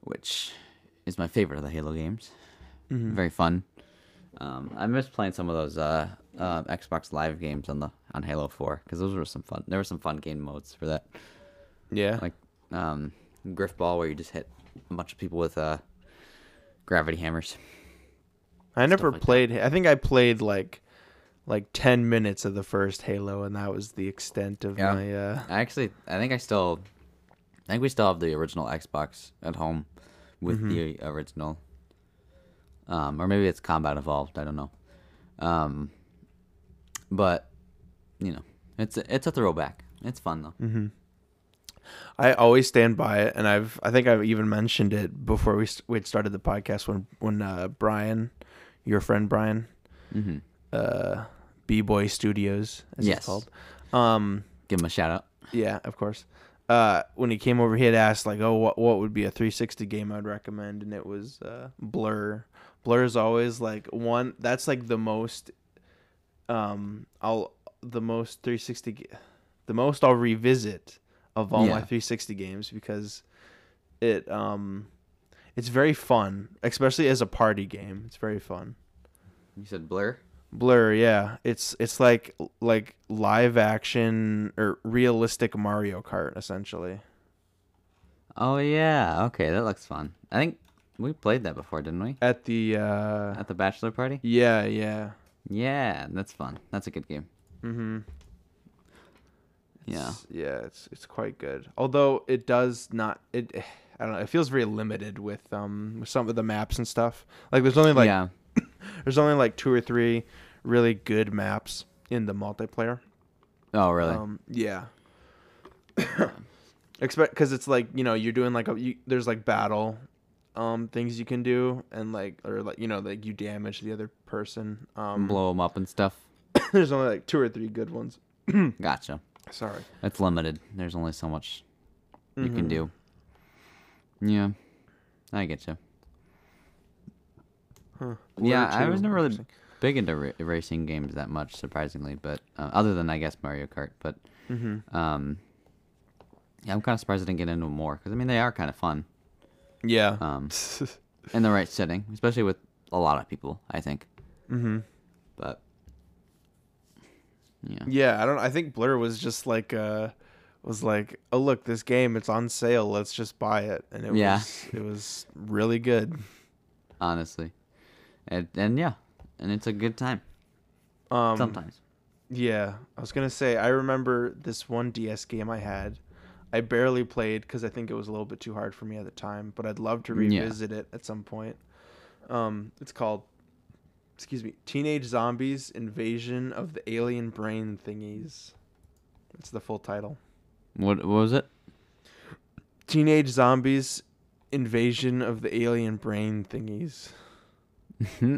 [SPEAKER 2] which is my favorite of the Halo games. Very fun. Um, I miss playing some of those uh, uh, Xbox Live games on the on Halo 4 because those were some fun. There were some fun game modes for that
[SPEAKER 1] yeah.
[SPEAKER 2] like um, Griff Ball, where you just hit a bunch of people with uh, gravity hammers.
[SPEAKER 1] I never
[SPEAKER 2] like that.
[SPEAKER 1] played. I think I played like like 10 minutes of the first Halo and that was the extent of
[SPEAKER 2] Yeah.
[SPEAKER 1] my uh
[SPEAKER 2] I actually, I think I still, I think we still have the original Xbox at home with
[SPEAKER 1] Mm-hmm.
[SPEAKER 2] the original, um, or maybe it's Combat Evolved. I don't know, um, but you know, it's a, it's a throwback. It's fun though.
[SPEAKER 1] I always stand by it and I've I think I've even mentioned it before we st- we'd started the podcast when when uh Brian your friend Brian
[SPEAKER 2] Mhm.
[SPEAKER 1] uh B-Boy Studios as it's
[SPEAKER 2] Yes.
[SPEAKER 1] called. Um
[SPEAKER 2] Give him a shout out.
[SPEAKER 1] yeah, of course. uh, when he came over, he had asked like, "Oh, what what would be a 360 game I'd recommend?" And it was uh, Blur. Blur is always like one. That's like the most. Um, I'll the most 360, g- the most I'll revisit of all my
[SPEAKER 2] Yeah.
[SPEAKER 1] 360 games because it um, it's very fun, especially as a party game. It's very fun.
[SPEAKER 2] You said Blur.
[SPEAKER 1] Blur, yeah. It's it's like like live action or realistic Mario Kart essentially.
[SPEAKER 2] Oh yeah. Okay, that looks fun. I think we played that before, didn't we?
[SPEAKER 1] At the uh
[SPEAKER 2] At the bachelor party.
[SPEAKER 1] yeah, yeah.
[SPEAKER 2] Yeah, that's fun. That's a good game.
[SPEAKER 1] Mhm.
[SPEAKER 2] Yeah.
[SPEAKER 1] It's- Yeah, it's it's quite good. Although it does not it I don't know, it feels very limited with um with some of the maps and stuff. Like there's only like
[SPEAKER 2] yeah.
[SPEAKER 1] there's only like two or three really good maps in the multiplayer.
[SPEAKER 2] Oh really?
[SPEAKER 1] Um, yeah. Expect because it's like you know you're doing like a you, there's like battle, um things you can do and like or like you know like you damage the other person. Um,
[SPEAKER 2] Blow them up and stuff.
[SPEAKER 1] there's only like two or three good ones. Hmm.
[SPEAKER 2] Gotcha.
[SPEAKER 1] Sorry.
[SPEAKER 2] It's limited. There's only so much you can do. Yeah, I get you.
[SPEAKER 1] Huh.
[SPEAKER 2] yeah,
[SPEAKER 1] Blur
[SPEAKER 2] I was
[SPEAKER 1] 2,
[SPEAKER 2] never really
[SPEAKER 1] interesting.
[SPEAKER 2] big into ra- racing games that much, surprisingly. But uh, other than I guess Mario Kart, but um, yeah, I'm kind of surprised I didn't get into 'em more because I mean they are kind of fun
[SPEAKER 1] Yeah.
[SPEAKER 2] um, in the right setting, especially with a lot of people. I think.
[SPEAKER 1] hmm
[SPEAKER 2] But yeah,
[SPEAKER 1] Yeah, I don't. I think Blur was just like uh was like oh look this game it's on sale let's just buy it and it
[SPEAKER 2] Yeah.
[SPEAKER 1] was it was really good.
[SPEAKER 2] honestly, and and yeah, and it's a good time
[SPEAKER 1] Um,
[SPEAKER 2] sometimes.
[SPEAKER 1] Yeah, I was gonna say I remember this one DS game I had. I barely played because I think it was a little bit too hard for me at the time. But I'd love to
[SPEAKER 2] Yeah.
[SPEAKER 1] revisit it at some point. Um, it's called, excuse me, Teenage Zombies Invasion of the Alien Brain Thingies. That's the full title.
[SPEAKER 2] What what was it?
[SPEAKER 1] Teenage Zombies Invasion of the Alien Brain Thingies.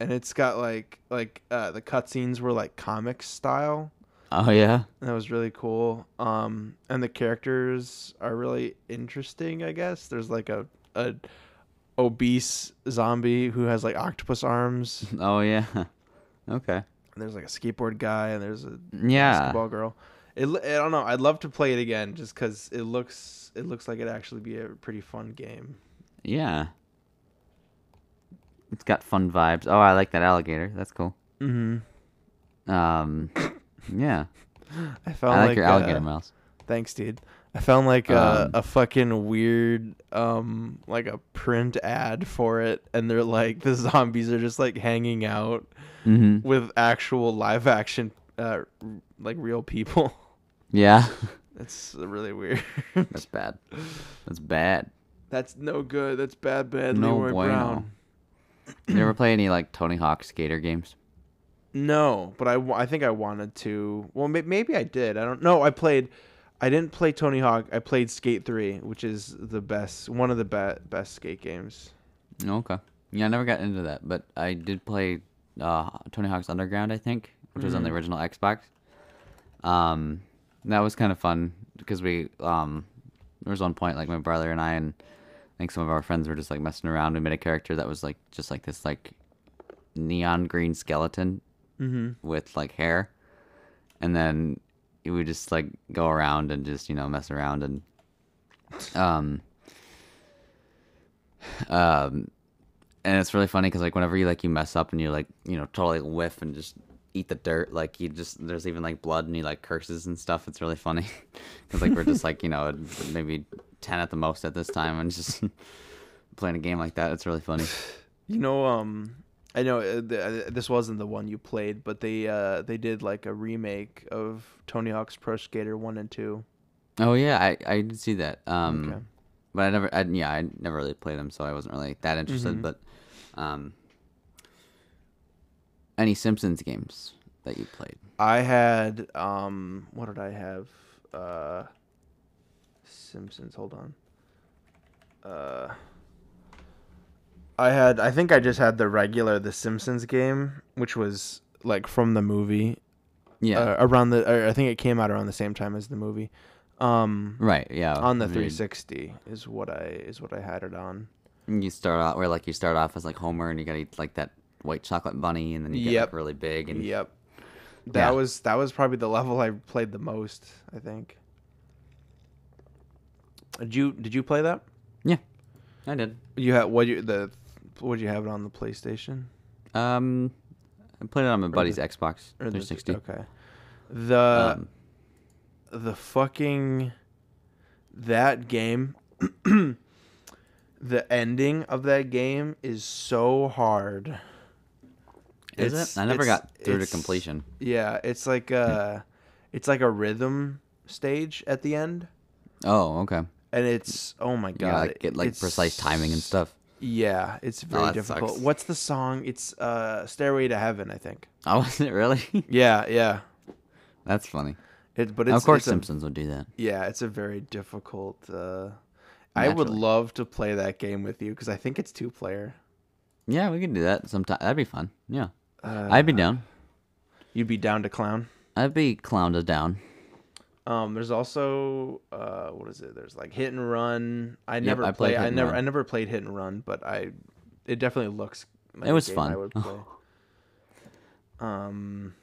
[SPEAKER 1] And it's got like like uh, the cutscenes were like comic style.
[SPEAKER 2] oh yeah.
[SPEAKER 1] That was really cool. Um, and the characters are really interesting. I guess there's like a a obese zombie who has like octopus arms.
[SPEAKER 2] Oh yeah. Okay.
[SPEAKER 1] And there's like a skateboard guy, and there's a
[SPEAKER 2] Yeah.
[SPEAKER 1] basketball girl. It, l- I don't know. I'd love to play it again just because it looks it looks like it'd actually be a pretty fun game.
[SPEAKER 2] Yeah. It's got fun vibes. Oh, I like that alligator. That's cool.
[SPEAKER 1] Mm-hmm.
[SPEAKER 2] Um, yeah.
[SPEAKER 1] I
[SPEAKER 2] I
[SPEAKER 1] found
[SPEAKER 2] like,
[SPEAKER 1] like,
[SPEAKER 2] your alligator
[SPEAKER 1] uh,
[SPEAKER 2] mouse.
[SPEAKER 1] Thanks, dude. I found like a,
[SPEAKER 2] Um,
[SPEAKER 1] a fucking weird um like a print ad for it and they're like the zombies are just like hanging out
[SPEAKER 2] hmm
[SPEAKER 1] with actual live action uh r- like real people.
[SPEAKER 2] Yeah.
[SPEAKER 1] That's really weird.
[SPEAKER 2] That's bad. That's bad.
[SPEAKER 1] That's no good. That's bad bad
[SPEAKER 2] no
[SPEAKER 1] Leroy
[SPEAKER 2] bueno.
[SPEAKER 1] Brown.
[SPEAKER 2] You ever play any like Tony Hawk skater games?
[SPEAKER 1] No, but I, wa- I think I wanted to. Well, may- maybe I did. I don't know. I played. I didn't play Tony Hawk. I played Skate 3, which is the best one of the be- best skate games.
[SPEAKER 2] No. Okay. Yeah, I never got into that, but I did play uh, Tony Hawk's Underground, I think, which was on the original Xbox. Um, that was kind of fun because we um, there was one point like my brother and I and I think some of our friends were just like messing around. We made a character that was like just like this like neon green skeleton with like hair, and then we would just like go around and just you know mess around and um um and it's really funny because like whenever you like you mess up and you like you know totally whiff and just eat the dirt like you just there's even like blood and he like curses and stuff it's really funny because like we're just like you know maybe 10 at the most at this time and just playing a game like that it's really funny
[SPEAKER 1] You know, um, I know uh, th- uh, this wasn't the one you played, but they uh they did like a remake of Tony Hawk's Pro Skater One and Two.
[SPEAKER 2] oh yeah i i did see that um
[SPEAKER 1] Okay.
[SPEAKER 2] but i never I, yeah i never really played them so i wasn't really that
[SPEAKER 1] Mm-hmm.
[SPEAKER 2] interested but um any simpsons games that you played
[SPEAKER 1] I had um, what did I have? Uh, Simpsons. Hold on. Uh, I had. I think I just had the regular The Simpsons game, which was like from the movie
[SPEAKER 2] yeah
[SPEAKER 1] uh, around the. Or I think it came out around the same time as the movie. Um,
[SPEAKER 2] Right. Yeah.
[SPEAKER 1] on the
[SPEAKER 2] I mean,
[SPEAKER 1] 360 is what I is what I had it on.
[SPEAKER 2] You start out where like you start off as like Homer, and you got to eat like that white chocolate bunny, and then you get
[SPEAKER 1] Yep.
[SPEAKER 2] like, really big, and
[SPEAKER 1] Yep. That
[SPEAKER 2] Yeah.
[SPEAKER 1] was that was probably the level I played the most. I think. Did you did you play that?
[SPEAKER 2] yeah, I did.
[SPEAKER 1] You had what you the what you have it on the PlayStation
[SPEAKER 2] Um, I played it on my buddy's Xbox
[SPEAKER 1] or the Uh,
[SPEAKER 2] 360.
[SPEAKER 1] Okay. The
[SPEAKER 2] Um,
[SPEAKER 1] the fucking that game the ending of that game is so hard.
[SPEAKER 2] is
[SPEAKER 1] It's-
[SPEAKER 2] it? I never
[SPEAKER 1] it's-
[SPEAKER 2] got through to
[SPEAKER 1] it's-
[SPEAKER 2] completion.
[SPEAKER 1] Yeah, it's like a it's like a rhythm stage at the end.
[SPEAKER 2] Oh, okay. You
[SPEAKER 1] and it's oh my
[SPEAKER 2] gotta,
[SPEAKER 1] god,
[SPEAKER 2] like, get like
[SPEAKER 1] it's-
[SPEAKER 2] precise timing and stuff. Oh,
[SPEAKER 1] Yeah, it's very
[SPEAKER 2] that
[SPEAKER 1] difficult.
[SPEAKER 2] sucks.
[SPEAKER 1] What's the song? It's uh "Stairway to Heaven," I think.
[SPEAKER 2] Oh, was it really?
[SPEAKER 1] Yeah, yeah.
[SPEAKER 2] That's funny.
[SPEAKER 1] It, but it's
[SPEAKER 2] of course,
[SPEAKER 1] it's a-
[SPEAKER 2] Simpsons would do that.
[SPEAKER 1] yeah, it's a very difficult. Uh, I would
[SPEAKER 2] Naturally.
[SPEAKER 1] love to play that game with you because I think it's two player.
[SPEAKER 2] Yeah, we could do that sometime. That'd be fun. Yeah,
[SPEAKER 1] Uh,
[SPEAKER 2] I'd be down.
[SPEAKER 1] You'd be down to clown.
[SPEAKER 2] I'd be clowned down.
[SPEAKER 1] Um, there's also uh, what is it? There's like hit and run. I never
[SPEAKER 2] I played
[SPEAKER 1] play.
[SPEAKER 2] Hit
[SPEAKER 1] I
[SPEAKER 2] and
[SPEAKER 1] never.
[SPEAKER 2] Run.
[SPEAKER 1] I never played hit and run, but I. It definitely looks. Like
[SPEAKER 2] It
[SPEAKER 1] a
[SPEAKER 2] was
[SPEAKER 1] game
[SPEAKER 2] fun.
[SPEAKER 1] I would play. um.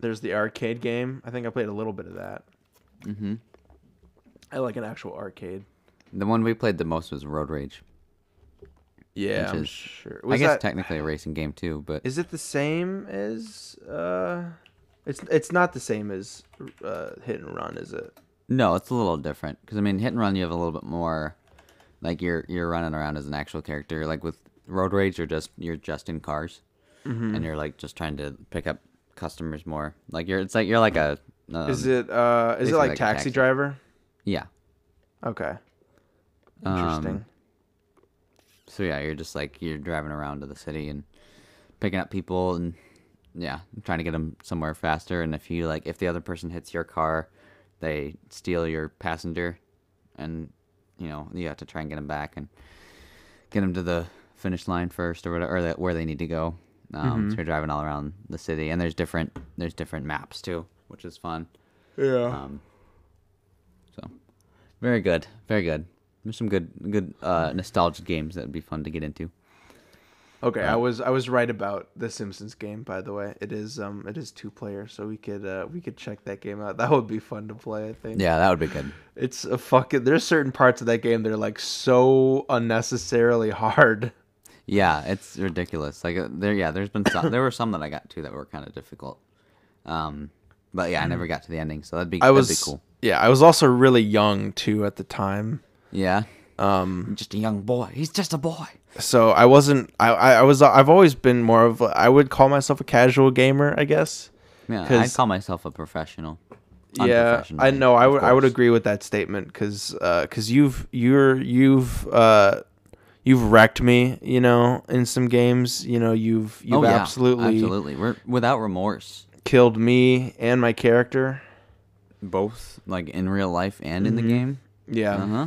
[SPEAKER 1] There's the arcade game. I think I played a little bit of that.
[SPEAKER 2] Mhm.
[SPEAKER 1] I like an actual arcade.
[SPEAKER 2] The one we played the most was Road Rage.
[SPEAKER 1] Yeah,
[SPEAKER 2] Which
[SPEAKER 1] I'm
[SPEAKER 2] is-
[SPEAKER 1] sure. Was
[SPEAKER 2] I guess
[SPEAKER 1] that-
[SPEAKER 2] technically a racing game too, but
[SPEAKER 1] Is it the same as uh? It's it's not the same as uh, hit and run, is it?
[SPEAKER 2] no, it's a little different. Because I mean, hit and run, you have a little bit more, like you're you're running around as an actual character. Like with Road Rage, you're just you're just in cars,
[SPEAKER 1] Mm-hmm.
[SPEAKER 2] and you're like just trying to pick up customers more. Like you're it's like you're like a um,
[SPEAKER 1] Is it uh? Is it
[SPEAKER 2] basically
[SPEAKER 1] like
[SPEAKER 2] like a
[SPEAKER 1] Taxi,
[SPEAKER 2] taxi.
[SPEAKER 1] Driver?
[SPEAKER 2] yeah.
[SPEAKER 1] Okay.
[SPEAKER 2] Um,
[SPEAKER 1] Interesting.
[SPEAKER 2] So yeah, you're just like you're driving around to the city and picking up people and yeah, trying to get them somewhere faster. And if you like, if the other person hits your car, they steal your passenger, and you know you have to try and get them back and get them to the finish line first or whatever, or that, where they need to go. Um, So you're driving all around the city, and there's different there's different maps too, which is fun.
[SPEAKER 1] yeah.
[SPEAKER 2] Um, so, very good, very good. There's some good, good uh, nostalgic games that would be fun to get into.
[SPEAKER 1] Okay, I was I was right about the Simpsons game. By the way, it is um it is two player, so we could uh we could check that game out. That would be fun to play. I think.
[SPEAKER 2] Yeah, that would be good.
[SPEAKER 1] It's a fucking. There's certain parts of that game that are like so unnecessarily hard.
[SPEAKER 2] Yeah, it's ridiculous. Like uh, there, yeah, there's been some. there were some that I got to that were kind of difficult. Um, but yeah, I never got to the ending, so that'd be
[SPEAKER 1] I was
[SPEAKER 2] that'd be cool.
[SPEAKER 1] yeah. I was also really young too at the time.
[SPEAKER 2] Yeah,
[SPEAKER 1] Um,
[SPEAKER 2] just a young boy. He's just a boy.
[SPEAKER 1] so I wasn't. I I, I was. I've always been more of. a- I would call myself a casual gamer. I guess.
[SPEAKER 2] Yeah, I'd
[SPEAKER 1] 'Cause-
[SPEAKER 2] call myself a professional.
[SPEAKER 1] yeah i
[SPEAKER 2] Unprofessionally,
[SPEAKER 1] know i
[SPEAKER 2] of
[SPEAKER 1] would i would
[SPEAKER 2] course.
[SPEAKER 1] agree with that statement because you've you're you've uh you've wrecked me you know in some games you know you've you've
[SPEAKER 2] Oh, yeah,
[SPEAKER 1] absolutely
[SPEAKER 2] absolutely. We're without remorse.
[SPEAKER 1] killed me and my character
[SPEAKER 2] Both, like in real life and
[SPEAKER 1] Mm-hmm.
[SPEAKER 2] in the game.
[SPEAKER 1] yeah
[SPEAKER 2] Uh huh.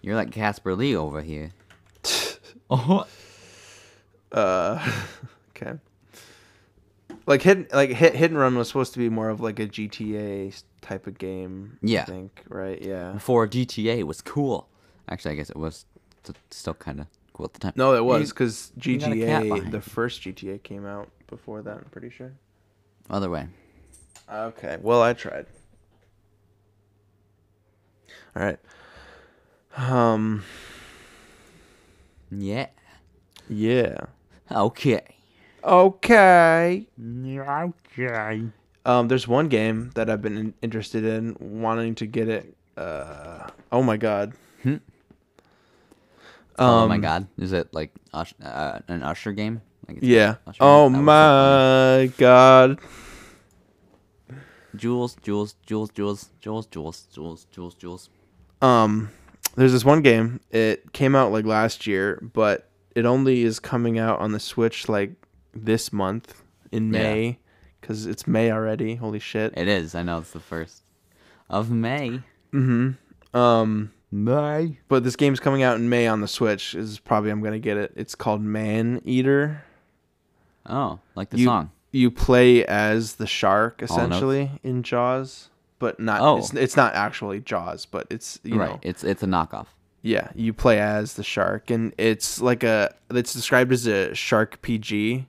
[SPEAKER 2] You're like Casper Lee over here. oh,
[SPEAKER 1] uh okay like hit like hit hit and run was supposed to be more of like a gta s- type of game i
[SPEAKER 2] Yeah. Mm-hmm.
[SPEAKER 1] think right yeah
[SPEAKER 2] before GTA was cool. Actually, I guess it was t- still kind of cool at the time.
[SPEAKER 1] no it was because
[SPEAKER 2] got a cat
[SPEAKER 1] gta
[SPEAKER 2] behind
[SPEAKER 1] the
[SPEAKER 2] you.
[SPEAKER 1] first gta came out before that i'm pretty sure
[SPEAKER 2] other way.
[SPEAKER 1] Okay. Well, I tried. All right. Um.
[SPEAKER 2] Yeah.
[SPEAKER 1] Yeah.
[SPEAKER 2] Okay.
[SPEAKER 1] Okay.
[SPEAKER 3] Okay.
[SPEAKER 1] Um. There's one game that I've been in- interested in, wanting to get it. Uh. Oh my god.
[SPEAKER 2] oh my God, is it like Ush- uh, an Usher game? Like it's
[SPEAKER 1] Yeah.
[SPEAKER 2] Usher?
[SPEAKER 1] Oh
[SPEAKER 2] That was so
[SPEAKER 1] my god.
[SPEAKER 2] funny. Jules, Jules, Jules, Jules, Jules, Jules, Jules, Jules, Jules.
[SPEAKER 1] um there's this one game it came out like last year but it only is coming out on the switch like this month in
[SPEAKER 2] Yeah.
[SPEAKER 1] may because it's may already holy shit
[SPEAKER 2] It is. I know it's the first of May.
[SPEAKER 1] um
[SPEAKER 2] May.
[SPEAKER 1] but this game's coming out in may on the switch is probably i'm gonna get it it's called man eater
[SPEAKER 2] Oh, like the
[SPEAKER 1] you,
[SPEAKER 2] song.
[SPEAKER 1] you play as the shark
[SPEAKER 2] notes?
[SPEAKER 1] essentially in jaws but not
[SPEAKER 2] Oh.
[SPEAKER 1] it's, it's not actually Jaws, but it's you
[SPEAKER 2] right.
[SPEAKER 1] know
[SPEAKER 2] It's it's a knockoff.
[SPEAKER 1] yeah you play as the shark and it's like a it's described as a shark PG.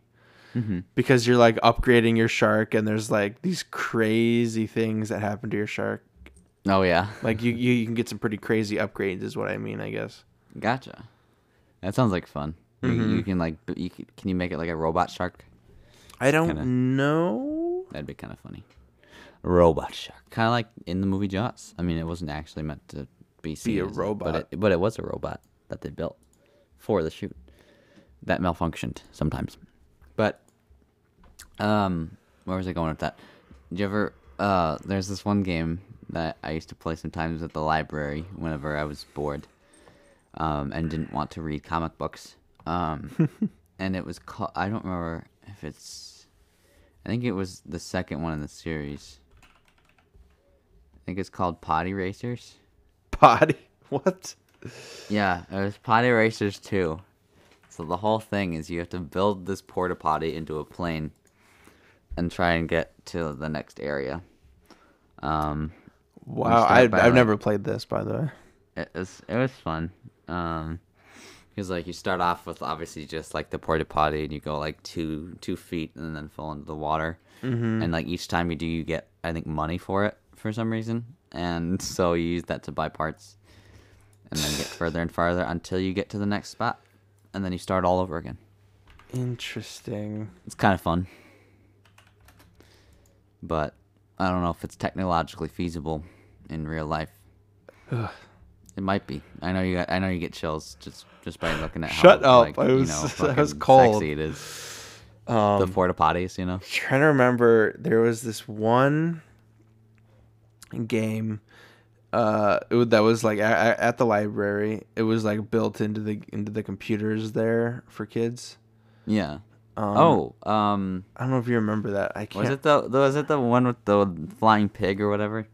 [SPEAKER 2] Mm-hmm.
[SPEAKER 1] Because you're like upgrading your shark, and there's like these crazy things that happen to your shark.
[SPEAKER 2] Oh yeah.
[SPEAKER 1] Like you, you, you can get some pretty crazy upgrades, is what I mean, I guess.
[SPEAKER 2] Gotcha. That sounds like fun. You- You, can like b- you can, can you make it like a robot shark?
[SPEAKER 1] I don't
[SPEAKER 2] Kinda.
[SPEAKER 1] know.
[SPEAKER 2] That'd be kind of funny. Robot shark, kind of like in the movie Jaws. I mean, it wasn't actually meant to be seen
[SPEAKER 1] a
[SPEAKER 2] as
[SPEAKER 1] robot.
[SPEAKER 2] but it, but it was a robot that they built for the shoot that malfunctioned sometimes. But um, where was I going with that? Did you ever? Uh, there's this one game that I used to play sometimes at the library whenever I was bored, um, and didn't want to read comic books. Um, and it was called. I don't remember if it's. I think it was the second one in the series. I think it's called Potty Racers.
[SPEAKER 1] Potty. What?
[SPEAKER 2] Yeah, it was Potty Racers 2. So the whole thing is you have to build this porta potty into a plane and try and get to the next area. Um,
[SPEAKER 1] Wow,
[SPEAKER 2] start
[SPEAKER 1] I, I've
[SPEAKER 2] by, like-
[SPEAKER 1] never played this, by the way.
[SPEAKER 2] it was it was fun. Um, because like you start off with obviously just like the porta potty, and you go like two two feet, and then fall into the water. Mm-hmm. And like each time you do, you get I think money for it for some reason, and so you use that to buy parts, and then get further and farther until you get to the next spot, and then you start all over again.
[SPEAKER 1] Interesting.
[SPEAKER 2] It's kind of fun, but I don't know if it's technologically feasible in real life. It might be. I know you. Got, I know you get chills just just by looking at.
[SPEAKER 1] Shut
[SPEAKER 2] how,
[SPEAKER 1] up.
[SPEAKER 2] Like,
[SPEAKER 1] I
[SPEAKER 2] you
[SPEAKER 1] was-
[SPEAKER 2] know,
[SPEAKER 1] I was
[SPEAKER 2] fucking
[SPEAKER 1] cold. Um,
[SPEAKER 2] Sexy it is. the porta potties, you know.
[SPEAKER 1] Trying to remember, there was this one game uh it, wa- that was like at, at the library. It was like built into the into the computers there for kids.
[SPEAKER 2] Yeah. oh, um,
[SPEAKER 1] I don't know if you remember that. I can't.
[SPEAKER 2] was it the, the was it the one with the flying pig or whatever?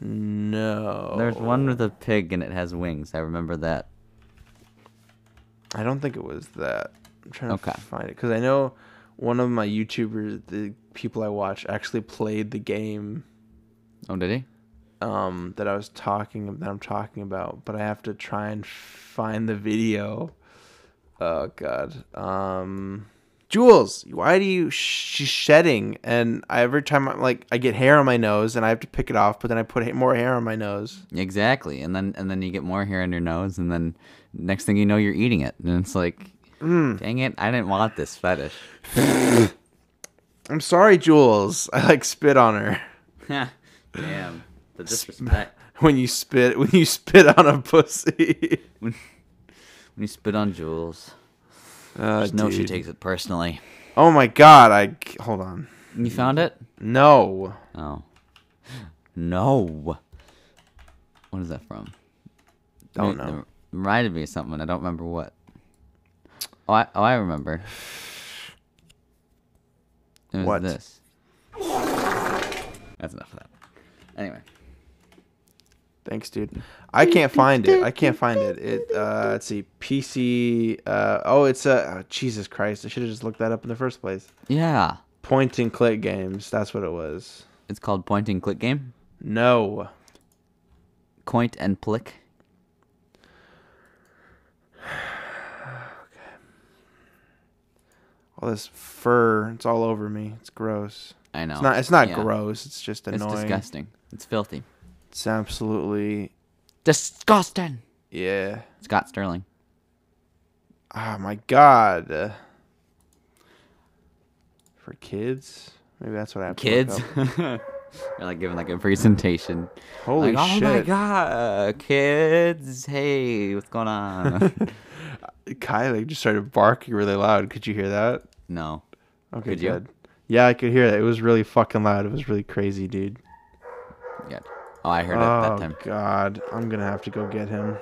[SPEAKER 1] No.
[SPEAKER 2] There's one
[SPEAKER 1] Oh.
[SPEAKER 2] with a pig and it has wings. I remember that.
[SPEAKER 1] I don't think it was that. I'm trying
[SPEAKER 2] Okay.
[SPEAKER 1] to find it because I know one of my YouTubers, the people I watch, actually played the game
[SPEAKER 2] Oh, did he?
[SPEAKER 1] um, that I was talking that I'm talking about, but I have to try and find the video. Oh God, um, Jules, why do you sh- she's shedding? And I, every time I'm like, I get hair on my nose, and I have to pick it off, but then I put ha- more hair on my nose.
[SPEAKER 2] Exactly. And then and then you get more hair in your nose, and then next thing you know, you're eating it, and it's like, dang it, I didn't want this fetish.
[SPEAKER 1] I'm sorry, Jules. I like spit on her
[SPEAKER 2] Damn, the disrespect.
[SPEAKER 1] when you spit when you spit on a pussy.
[SPEAKER 2] When you spit on Jules,
[SPEAKER 1] Uh,
[SPEAKER 2] just know she
[SPEAKER 1] dude.
[SPEAKER 2] takes it personally.
[SPEAKER 1] Oh my God! I c- hold on.
[SPEAKER 2] You found it?
[SPEAKER 1] No,
[SPEAKER 2] Oh, no. What is that from?
[SPEAKER 1] don't
[SPEAKER 2] It-
[SPEAKER 1] know.
[SPEAKER 2] it Reminded me of something. I don't remember what. Oh, I, oh, I remember. It was
[SPEAKER 1] What?
[SPEAKER 2] this. That's enough of that. Anyway.
[SPEAKER 1] Thanks, dude. I can't find it. I can't find it. It uh let's see. PC uh oh it's a oh, Jesus Christ. I should have just looked that up in the first place.
[SPEAKER 2] Yeah.
[SPEAKER 1] Point and click games, that's what it was.
[SPEAKER 2] It's called Point and Click Game.
[SPEAKER 1] No.
[SPEAKER 2] Coint and Plick.
[SPEAKER 1] All this fur, it's all over me. It's gross.
[SPEAKER 2] I know.
[SPEAKER 1] It's not it's not
[SPEAKER 2] Yeah.
[SPEAKER 1] gross, it's just
[SPEAKER 2] It's
[SPEAKER 1] annoying. It's,
[SPEAKER 2] disgusting. It's filthy.
[SPEAKER 1] absolutely
[SPEAKER 2] Disgusting.
[SPEAKER 1] yeah.
[SPEAKER 2] Scott Sterling.
[SPEAKER 1] Oh my god. For kids? Maybe that's what I have to look
[SPEAKER 2] Kids.
[SPEAKER 1] up.
[SPEAKER 2] They're like giving like a presentation.
[SPEAKER 1] Holy
[SPEAKER 2] like,
[SPEAKER 1] shit.
[SPEAKER 2] Oh my god, kids. Hey, what's going on?
[SPEAKER 1] Kylie just started barking really loud. Could you hear that?
[SPEAKER 2] no.
[SPEAKER 1] Okay,
[SPEAKER 2] Could you?
[SPEAKER 1] good. Yeah, I could hear that. It was really fucking loud. It was really crazy, dude.
[SPEAKER 2] Good. Oh, I heard it that
[SPEAKER 1] Oh
[SPEAKER 2] time.
[SPEAKER 1] god, I'm gonna have to go get him.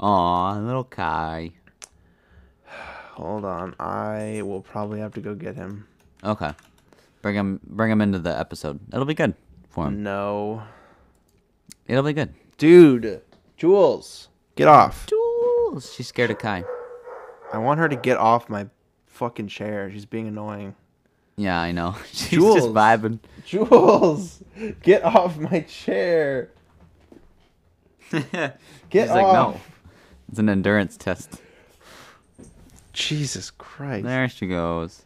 [SPEAKER 2] Aw, little Kai.
[SPEAKER 1] Hold on, I will probably have to go get him.
[SPEAKER 2] Okay. Bring him bring him into the episode. It'll be good for him.
[SPEAKER 1] No,
[SPEAKER 2] It'll be good.
[SPEAKER 1] dude, Jules, get off.
[SPEAKER 2] Jules. She's scared of Kai.
[SPEAKER 1] I want her to get off my fucking chair. She's being annoying.
[SPEAKER 2] Yeah, I know. She's
[SPEAKER 1] Jules.
[SPEAKER 2] just vibing.
[SPEAKER 1] Jules, get off my chair. Get
[SPEAKER 2] She's like,
[SPEAKER 1] off.
[SPEAKER 2] no. It's an endurance test.
[SPEAKER 1] Jesus Christ.
[SPEAKER 2] There she goes.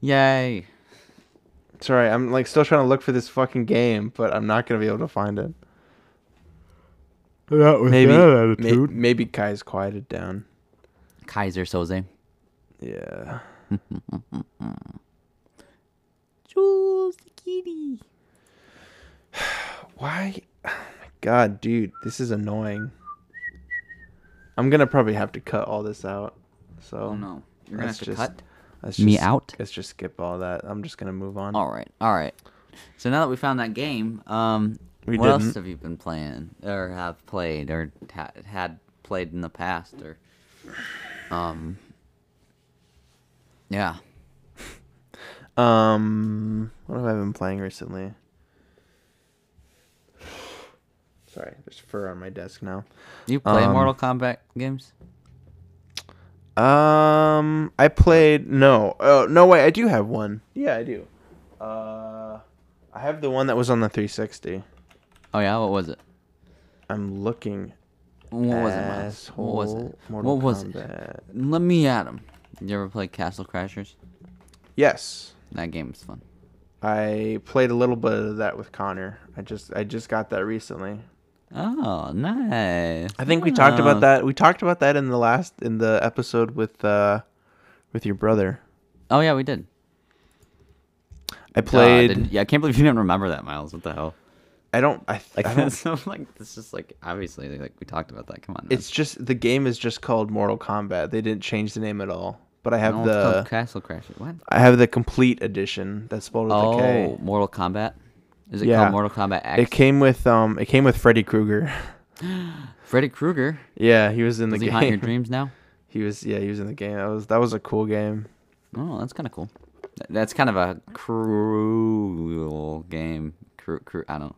[SPEAKER 2] Yay.
[SPEAKER 1] Sorry, I'm like still trying to look for this fucking game, but I'm not gonna be able to find it.
[SPEAKER 3] That was
[SPEAKER 1] Maybe
[SPEAKER 3] that
[SPEAKER 1] may-
[SPEAKER 3] attitude.
[SPEAKER 1] maybe Kai's quieted down.
[SPEAKER 2] Kaiser Soze.
[SPEAKER 1] Yeah.
[SPEAKER 2] Jules the kitty.
[SPEAKER 1] Why? Oh my god, dude, this is annoying. I'm gonna probably have to cut all this out. So
[SPEAKER 2] Oh no. You're gonna
[SPEAKER 1] Let's
[SPEAKER 2] have to
[SPEAKER 1] just-
[SPEAKER 2] cut.
[SPEAKER 1] let's
[SPEAKER 2] Me
[SPEAKER 1] just-
[SPEAKER 2] out?
[SPEAKER 1] Let's just skip all that. I'm just gonna move on.
[SPEAKER 2] All right, all right. So now that we found that game, um,
[SPEAKER 1] We
[SPEAKER 2] what else
[SPEAKER 1] didn't.
[SPEAKER 2] have you been playing, or have played, or ha- had played in the past, or, um, yeah, Oh.
[SPEAKER 1] Um, what have I been playing recently? Sorry, there's fur on my desk now.
[SPEAKER 2] you play
[SPEAKER 1] Um,
[SPEAKER 2] Mortal Kombat games?
[SPEAKER 1] Um, I played no. Oh no, wait, I do have one. Yeah, I do. Uh, I have the one that was on the 360.
[SPEAKER 2] Oh yeah, what was it?
[SPEAKER 1] I'm looking.
[SPEAKER 2] What was it? Miles?
[SPEAKER 1] Asshole,
[SPEAKER 2] What was it?
[SPEAKER 1] Mortal
[SPEAKER 2] what was it?
[SPEAKER 1] Kombat.
[SPEAKER 2] Let me at him. You ever play Castle Crashers?
[SPEAKER 1] Yes,
[SPEAKER 2] That game is fun.
[SPEAKER 1] I played a little bit of that with Connor. I just I just got that recently.
[SPEAKER 2] Oh, nice.
[SPEAKER 1] I think we talked
[SPEAKER 2] Oh.
[SPEAKER 1] about that. We talked about that in the last in the episode with uh with your brother.
[SPEAKER 2] Oh yeah, we did.
[SPEAKER 1] I
[SPEAKER 2] Oh, I
[SPEAKER 1] played.
[SPEAKER 2] didn't- yeah, I can't believe you didn't remember that, Miles. What the hell?
[SPEAKER 1] I don't. I, th-
[SPEAKER 2] Like
[SPEAKER 1] I
[SPEAKER 2] that's
[SPEAKER 1] don't,
[SPEAKER 2] so like this just like obviously like we talked about that. Come on, man.
[SPEAKER 1] it's just the game is just called Mortal Kombat. They didn't change the name at all. But I have
[SPEAKER 2] No, it's
[SPEAKER 1] the
[SPEAKER 2] called Castle Crashers. What?
[SPEAKER 1] I have the complete edition that's spelled with
[SPEAKER 2] Oh,
[SPEAKER 1] a K.
[SPEAKER 2] Mortal Kombat. Is it
[SPEAKER 1] Yeah.
[SPEAKER 2] called Mortal Kombat X?
[SPEAKER 1] It came with um. It came with Freddy Krueger.
[SPEAKER 2] Freddy Krueger.
[SPEAKER 1] yeah, he was in the
[SPEAKER 2] Does he
[SPEAKER 1] game.
[SPEAKER 2] haunt your dreams now?
[SPEAKER 1] He was yeah. He was in the game. That was that was a cool game.
[SPEAKER 2] Oh, that's kind of cool. Th- That's kind of a cruel game. Cru- cru- I don't.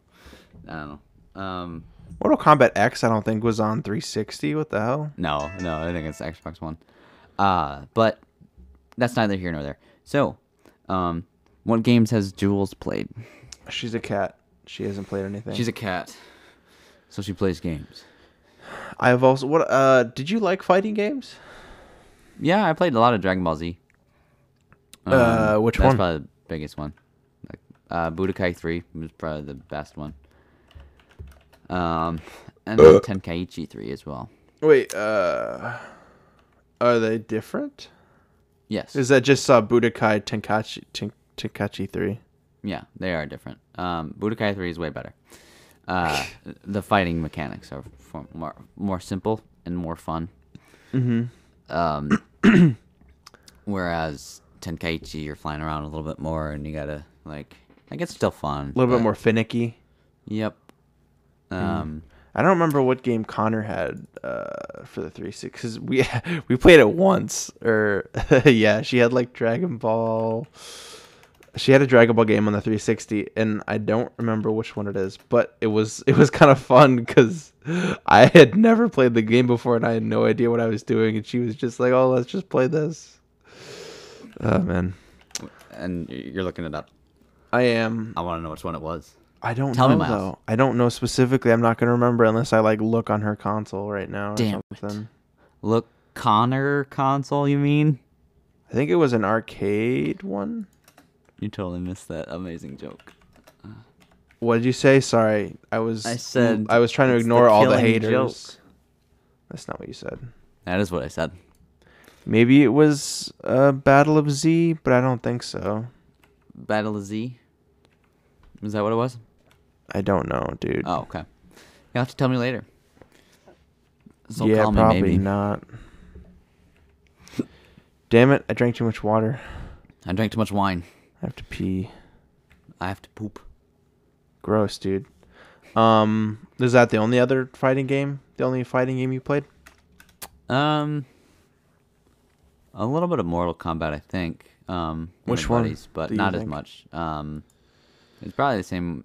[SPEAKER 2] I don't know. Um,
[SPEAKER 1] Mortal Kombat X. I don't think was on 360. What the hell?
[SPEAKER 2] no, no. I think it's Xbox One. Uh, but that's neither here nor there. So, um, what games has Jules played?
[SPEAKER 1] She's a cat. She hasn't played anything.
[SPEAKER 2] She's a cat, so she plays games.
[SPEAKER 1] I've also what uh did you like fighting games?
[SPEAKER 2] Yeah, I played a lot of Dragon Ball Z. Um,
[SPEAKER 1] Uh, which
[SPEAKER 2] that's
[SPEAKER 1] one?
[SPEAKER 2] probably the biggest one. Like, uh, Budokai 3 was probably the best one. Um, and then Tenkaichi 3 as well.
[SPEAKER 1] Wait, uh are they different?
[SPEAKER 2] Yes.
[SPEAKER 1] Is that just uh, Budokai Tenkachi Ten- Tenkachi 3?
[SPEAKER 2] yeah, they are different. Um, Budokai 3 is way better. Uh, the fighting mechanics are for more, more simple and more fun. Mm-hmm. Um, whereas Tenkaichi, you're flying around a little bit more and you gotta, like, like it's still fun.
[SPEAKER 1] A little
[SPEAKER 2] but-
[SPEAKER 1] bit more finicky.
[SPEAKER 2] Yep. Um,
[SPEAKER 1] I don't remember what game Connor had uh for the 360 cuz we we played it once or yeah, she had like Dragon Ball she had a Dragon Ball game on the 360 and I don't remember which one it is, but it was it was kind of fun cuz I had never played the game before and I had no idea what I was doing and she was just like, "Oh, let's just play this." Oh man.
[SPEAKER 2] Mm. and you're looking it up.
[SPEAKER 1] I am
[SPEAKER 2] I want to know which one it was.
[SPEAKER 1] I don't
[SPEAKER 2] Tell me,
[SPEAKER 1] know
[SPEAKER 2] Miles.
[SPEAKER 1] though. I don't know specifically. I'm not going to remember unless I like look on her console right now or
[SPEAKER 2] Damn it.
[SPEAKER 1] something.
[SPEAKER 2] Look, Connor console. You mean?
[SPEAKER 1] I think it was an arcade one.
[SPEAKER 2] You totally missed that amazing joke.
[SPEAKER 1] What did you say? Sorry, I was.
[SPEAKER 2] I said
[SPEAKER 1] I was trying to
[SPEAKER 2] it's the
[SPEAKER 1] ignore all the
[SPEAKER 2] killing
[SPEAKER 1] haters.
[SPEAKER 2] joke.
[SPEAKER 1] That's not what you said.
[SPEAKER 2] That is what I said.
[SPEAKER 1] Maybe it was uh, Battle of Z, but I don't think so.
[SPEAKER 2] Battle of Z. Is that what it was?
[SPEAKER 1] I don't know, dude.
[SPEAKER 2] Oh, okay. You'll have to tell me later. So
[SPEAKER 1] yeah,
[SPEAKER 2] call me
[SPEAKER 1] probably
[SPEAKER 2] maybe.
[SPEAKER 1] not. Damn it! I drank too much water.
[SPEAKER 2] I drank too much wine.
[SPEAKER 1] I have to pee.
[SPEAKER 2] I have to poop.
[SPEAKER 1] Gross, dude. Um, is that the only other fighting game? The only fighting game you played?
[SPEAKER 2] Um, a little bit of Mortal Kombat, I think. Um, with
[SPEAKER 1] Which
[SPEAKER 2] my
[SPEAKER 1] one
[SPEAKER 2] buddies, but
[SPEAKER 1] do you
[SPEAKER 2] not as
[SPEAKER 1] think?
[SPEAKER 2] much. Um, it's probably the same.